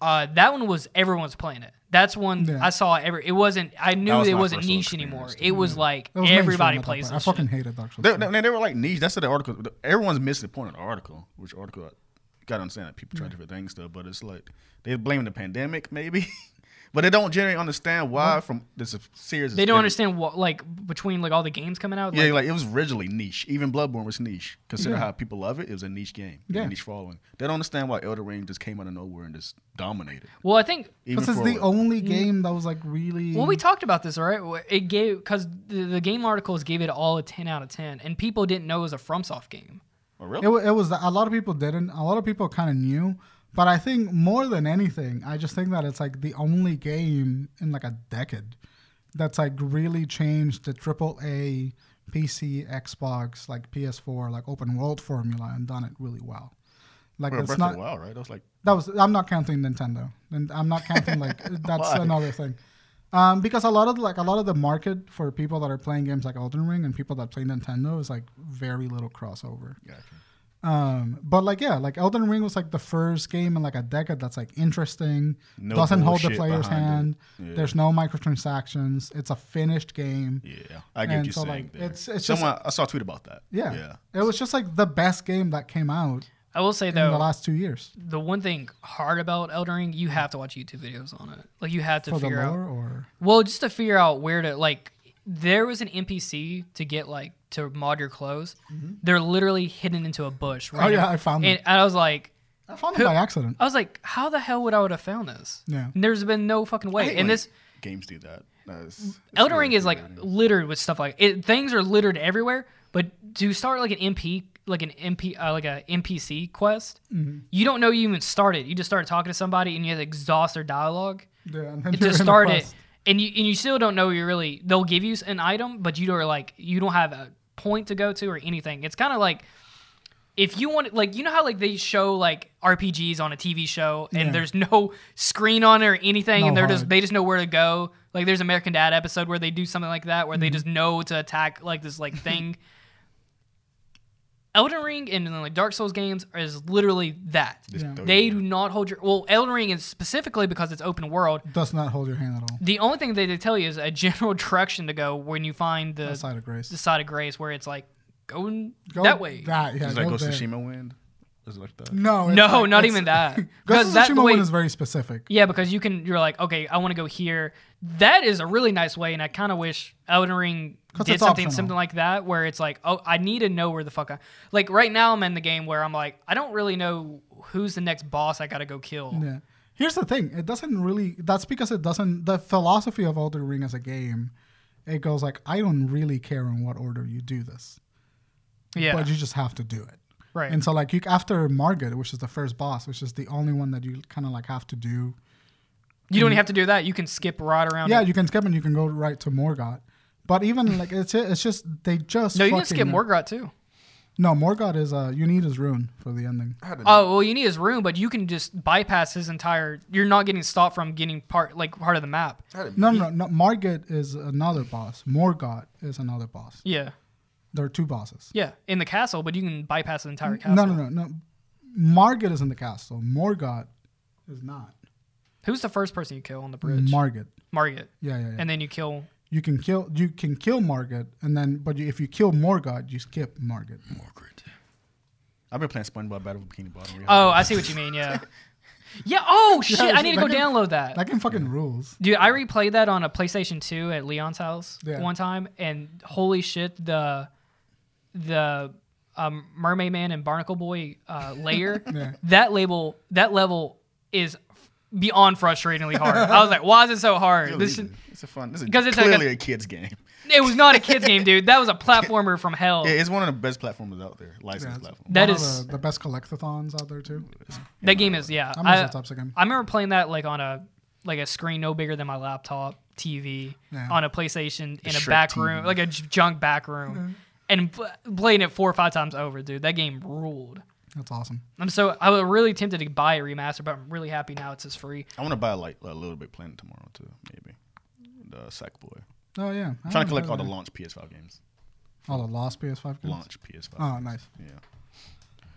A: Uh, that one was everyone's playing it. That's one
C: Yeah.
A: I saw every. It wasn't. I knew
B: was
A: it
B: my
A: wasn't
B: first
A: niche
B: experience,
A: anymore.
B: dude.
A: It was like
C: It was mainstream
A: everybody
C: at that
A: plays
C: point.
A: this.
C: I fucking
A: shit.
C: hated Dark Souls.
B: They, they, they were like niche. That's what the article. Everyone's missing the point of the article, which article I gotta understand that people try different things though. But it's like they blame the pandemic maybe, but they don't generally understand why from this is- series. is
A: They don't
B: big.
A: understand what like between like all the games coming out.
B: Yeah,
A: like,
B: like it was originally niche. Even Bloodborne was niche. Consider
C: Yeah.
B: how people love it. It was a niche game. Yeah.
C: Yeah.
B: niche following. They don't understand why Elder Ring just came out of nowhere and just dominated.
A: well, I think
B: Even
C: This is
B: for
C: the
B: a-
C: only game that was like really.
A: Mm. Well, we talked about this, all right? It gave because the, the game articles gave it all a ten out of ten, and people didn't know it was a FromSoft game.
B: Oh, really?
C: it, wa- it was a lot of people didn't. A lot of people kind of knew, but I think more than anything, I just think that it's like the only game in like a decade that's like really changed the triple A PC, Xbox, like PS4, like open world formula and done it really well. Like
B: Well,
C: it's
B: Breath
C: not
B: of the Wild, right? That was like
C: that was I'm not counting Nintendo, and I'm not counting like that's
B: Why?
C: another thing. Um, because a lot of like a lot of the market for people that are playing games like Elden Ring and people that play Nintendo is like very little crossover.
B: yeah, okay.
C: Um, but like yeah, like Elden Ring was like the first game in like a decade that's like interesting.
B: No
C: doesn't hold the
B: bullshit
C: player's
B: behind
C: hand.
B: it. Yeah.
C: There's no microtransactions. It's a finished game.
B: yeah. I get
C: And
B: you
C: so,
B: saying
C: like,
B: there.
C: it's- it's just-
B: Someone I saw a tweet about that.
C: Yeah.
B: yeah.
C: It was just like the best game that came out
A: I will say
C: in the
A: though,
C: last two years.
A: the one thing hard about Elden Ring, you have to watch YouTube videos on it. Like you have to
C: For the
A: figure out.
C: lore or
A: Well, just to figure out where to like. There was an NPC to get like to mod your clothes. They're literally hidden into a bush. Right
C: Mm-hmm. Oh, yeah,
A: now.
C: I found
A: And I was like,
C: I found it by accident.
A: I was like, how the hell would I would have found this?
C: Yeah.
A: And there's been no fucking
B: I hate
A: way.
B: when
A: And this
B: games do that. That's, that's
A: Elden
B: really
A: Ring is like
B: infuriating.
A: littered with stuff like it. Things are littered everywhere. But to start like an MP, like an MP, uh, like a NPC quest, you don't know you even started. You just started talking to somebody and you had to exhaust their dialogue
C: Yeah, and then you're
A: to
C: in a
A: start it,
C: quest.
A: and you and you still don't know you're really. They'll give you an item, but you are like you don't have a point to go to or anything. It's kind of like if you want like you know how like they show like RPGs on a TV show and
C: Yeah.
A: there's no screen on it or anything
C: No
A: and they're
C: HUD.
A: just they just know where to go. Like there's American Dad episode
C: Mm-hmm.
A: where they do something like that where they just know to attack like this like thing. Elden Ring and like Dark Souls games is literally that.
B: Just
C: Yeah.
B: throw it
A: They
B: in.
A: do not hold your well. Elden Ring is specifically because it's open world.
C: Does not hold your hand at all.
A: The only thing that they tell you is a general direction to go when you find the
C: Outside of grace.
A: the side of grace where it's like going
C: Go
A: that way.
C: That, yeah,
B: It's like
C: go
B: Ghost of
C: there.
B: Tsushima wind. Is it like that?
C: No, it's
A: No,
C: like-
A: not
C: it's-
A: even that.
C: Ghost
A: Because
C: of
A: that
C: Tsushima
A: way,
C: one is very specific.
A: yeah, because you can you're like okay, I want to go here. That is a really nice way, and I kind of wish Elden Ring
C: 'Cause
A: did
C: it's
A: something
C: optional.
A: something like that where it's like oh, I need to know where the fuck I like. Right now, I'm in the game where I'm like I don't really know who's the next boss I gotta go kill.
C: Yeah. Here's the thing. It doesn't really. That's because it doesn't. The philosophy of Elden Ring as a game, it goes like, I don't really care in what order you do this,
A: Yeah,
C: but you just have to do it.
A: right.
C: And so like you after Margaret, which is the first boss, which is the only one that you kind of like have to do.
A: you don't even have to do that. You can skip right around.
C: Yeah,
A: it.
C: you can skip and you can go right to Morgoth. But even like it's it's just they just
A: no, you can
C: fucking-
A: skip Morgoth too.
C: No, Morgoth is uh you need his rune for the ending.
B: I had to-
A: Oh well, you need his room, but you can just bypass his entire. You're not getting stopped from getting part like part of the map.
B: I had to-
C: No, no, no. Margaret is another boss. Morgoth is another boss.
A: Yeah,
C: There are two bosses.
A: yeah, in the castle, but you can bypass the entire castle.
C: No, no, no, no. Margaret is in the castle. Morgoth is not.
A: Who's the first person you kill on the bridge?
C: Margaret.
A: Margaret,
C: Yeah, yeah, yeah.
A: and then you kill.
C: you can kill you can kill Margaret, and then but you, if you kill Morgoth, you skip Margaret.
B: Margaret. I've been playing SpongeBob Battle of Bikini Bottom. really.
A: Oh, I see what you mean. Yeah, yeah. Oh shit! I need to go
C: that-
A: download that.
C: That game fucking rules.
A: Dude, I replayed that on a PlayStation 2 at Leon's house
C: Yeah.
A: one time, and holy shit, the the um, Mermaid Man and Barnacle Boy uh, layer
C: Yeah.
A: that label that level is f- beyond frustratingly hard. I was like, why is it so hard?
B: Really
A: This
B: easy.
A: is-
B: it's a fun. This is
A: 'Cause it's like a-
B: clearly a, kid's game.
A: it was not a kids game, dude. That was a platformer from hell.
B: Yeah, it's one of the best platforms out there. Licensed
C: Yeah.
B: platform.
A: That
C: One of
A: is-
C: the, the best collectathons out there too.
A: that game is yeah.
C: I'm also
A: I,
C: types of game.
A: I remember playing that like on a like a screen no bigger than my laptop TV
C: Yeah.
A: on a PlayStation in a
B: Shrek
A: back
B: TV.
A: room, like a j- junk back room, and pl- playing it four or five times over, dude. That game ruled.
C: That's awesome.
A: I'm so I was really tempted to buy a remaster, but I'm really happy now it's just free.
B: I want to buy like a little bit Planet tomorrow too, maybe. The Sackboy.
C: Oh yeah,
B: I'm trying to collect all the launch PS5 games.
C: all the lost PS5 games.
B: Launch PS5.
C: Oh nice.
B: Yeah.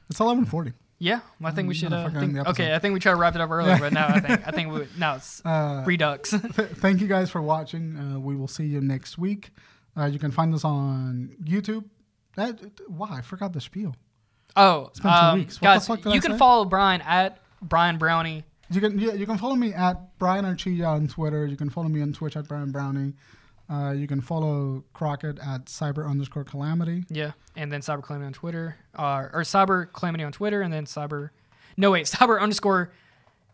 C: It's 11:40.
A: Yeah, I think we
C: Mm,
A: should. Uh,
C: motherfucker,
A: think-
C: in the
A: okay,
C: episode.
A: I think we tried to wrap it up earlier, but now I think I think we, now it's
C: Uh,
A: Redux.
C: th- thank you guys for watching. Uh, we will see you next week. Uh, you can find us on YouTube. That, wow, I forgot the spiel.
A: oh,
C: been two
A: um,
C: weeks. What the
A: guys,
C: fuck did
A: you
C: I
A: can
C: say?
A: follow Brian at Brian Brownie.
C: You can yeah, you can follow me at Brian Archilla on Twitter. You can follow me on Twitch at Brian Browning. Uh, you can follow Crockett at cyber underscore calamity.
A: Yeah, and then Cyber Calamity on Twitter, uh, or Cyber Calamity on Twitter, and then Cyber, no wait, Cyber underscore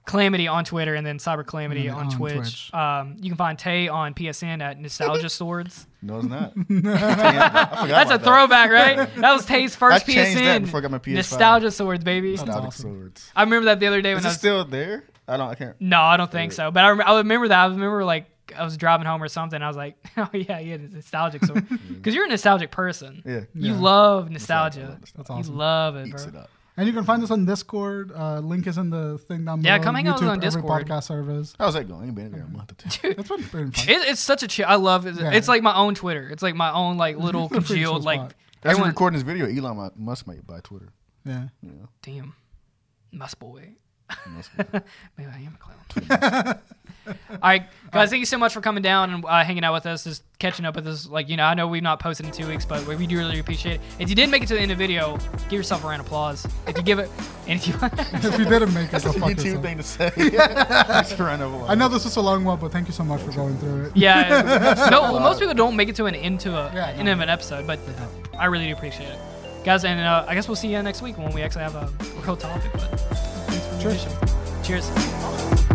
A: Calamity on Twitter, and then Cyber Calamity
C: And then
A: on,
C: Mm, on
A: Twitch.
C: Twitch.
A: Um, you can find Tay on PSN at Nostalgia Swords.
B: No, it's not. I forgot
A: That's a
B: about that.
A: throwback, right? That was Tay's first
B: I changed
A: PSN.
B: that before I got my PS5.
A: Nostalgia Swords, baby.
B: Nostalgic
C: awesome.
B: swords.
A: I remember that the other day when
B: Is
A: I
B: it
A: was.
B: still there? I don't. I can't.
A: no, I don't think so. But I, rem- I remember that. I remember like I was driving home or something. I was like, oh yeah, yeah, it's nostalgic sword. Because you're a nostalgic person.
B: Yeah.
A: You
C: Yeah.
A: love
B: Nostalgia, I
A: nostalgia.
B: love nostalgia.
C: That's awesome.
A: You love it, bro.
B: Eats it up.
C: And you can find us on Discord. Uh, link is in the thing down below.
A: Yeah, come hang out with us on
C: every
A: Discord.
C: podcast service.
B: How's that going? Ain't been there
C: Mm-hmm.
B: in a month or two.
A: Dude,
C: That's been pretty fun.
A: It, it's such a chill. I love it.
C: Yeah.
A: It's like my own Twitter. It's like my own like little
C: It's a pretty
A: congealed
C: chill
A: like.
C: spot.
B: That's
A: everyone-
B: recording this video. Elon Mu- Musk made by Twitter.
C: Yeah.
B: Yeah.
A: Damn, must boy.
B: Musk.
A: Maybe I am a clown. All right, guys. Thank you so much for coming down and uh, hanging out with us, just catching up with us. Like you know, I know we've not posted in two weeks, but we do really appreciate it. If you did make it to the end of the video, give yourself a round of applause. If you give it, and if you
C: if you didn't make it,
B: That's
C: go
B: a
C: fuck
B: YouTube
C: yourself.
B: thing to say. Just run over.
C: I know this was a long one, but thank you so much for going through it.
A: yeah, no, well, most people don't make it to an end to a
C: Yeah,
A: end
C: no.
A: of an episode, but I really do appreciate it, guys. And uh, I guess we'll see you next week when we actually have a real topic. But
C: Cheers.
A: cheers.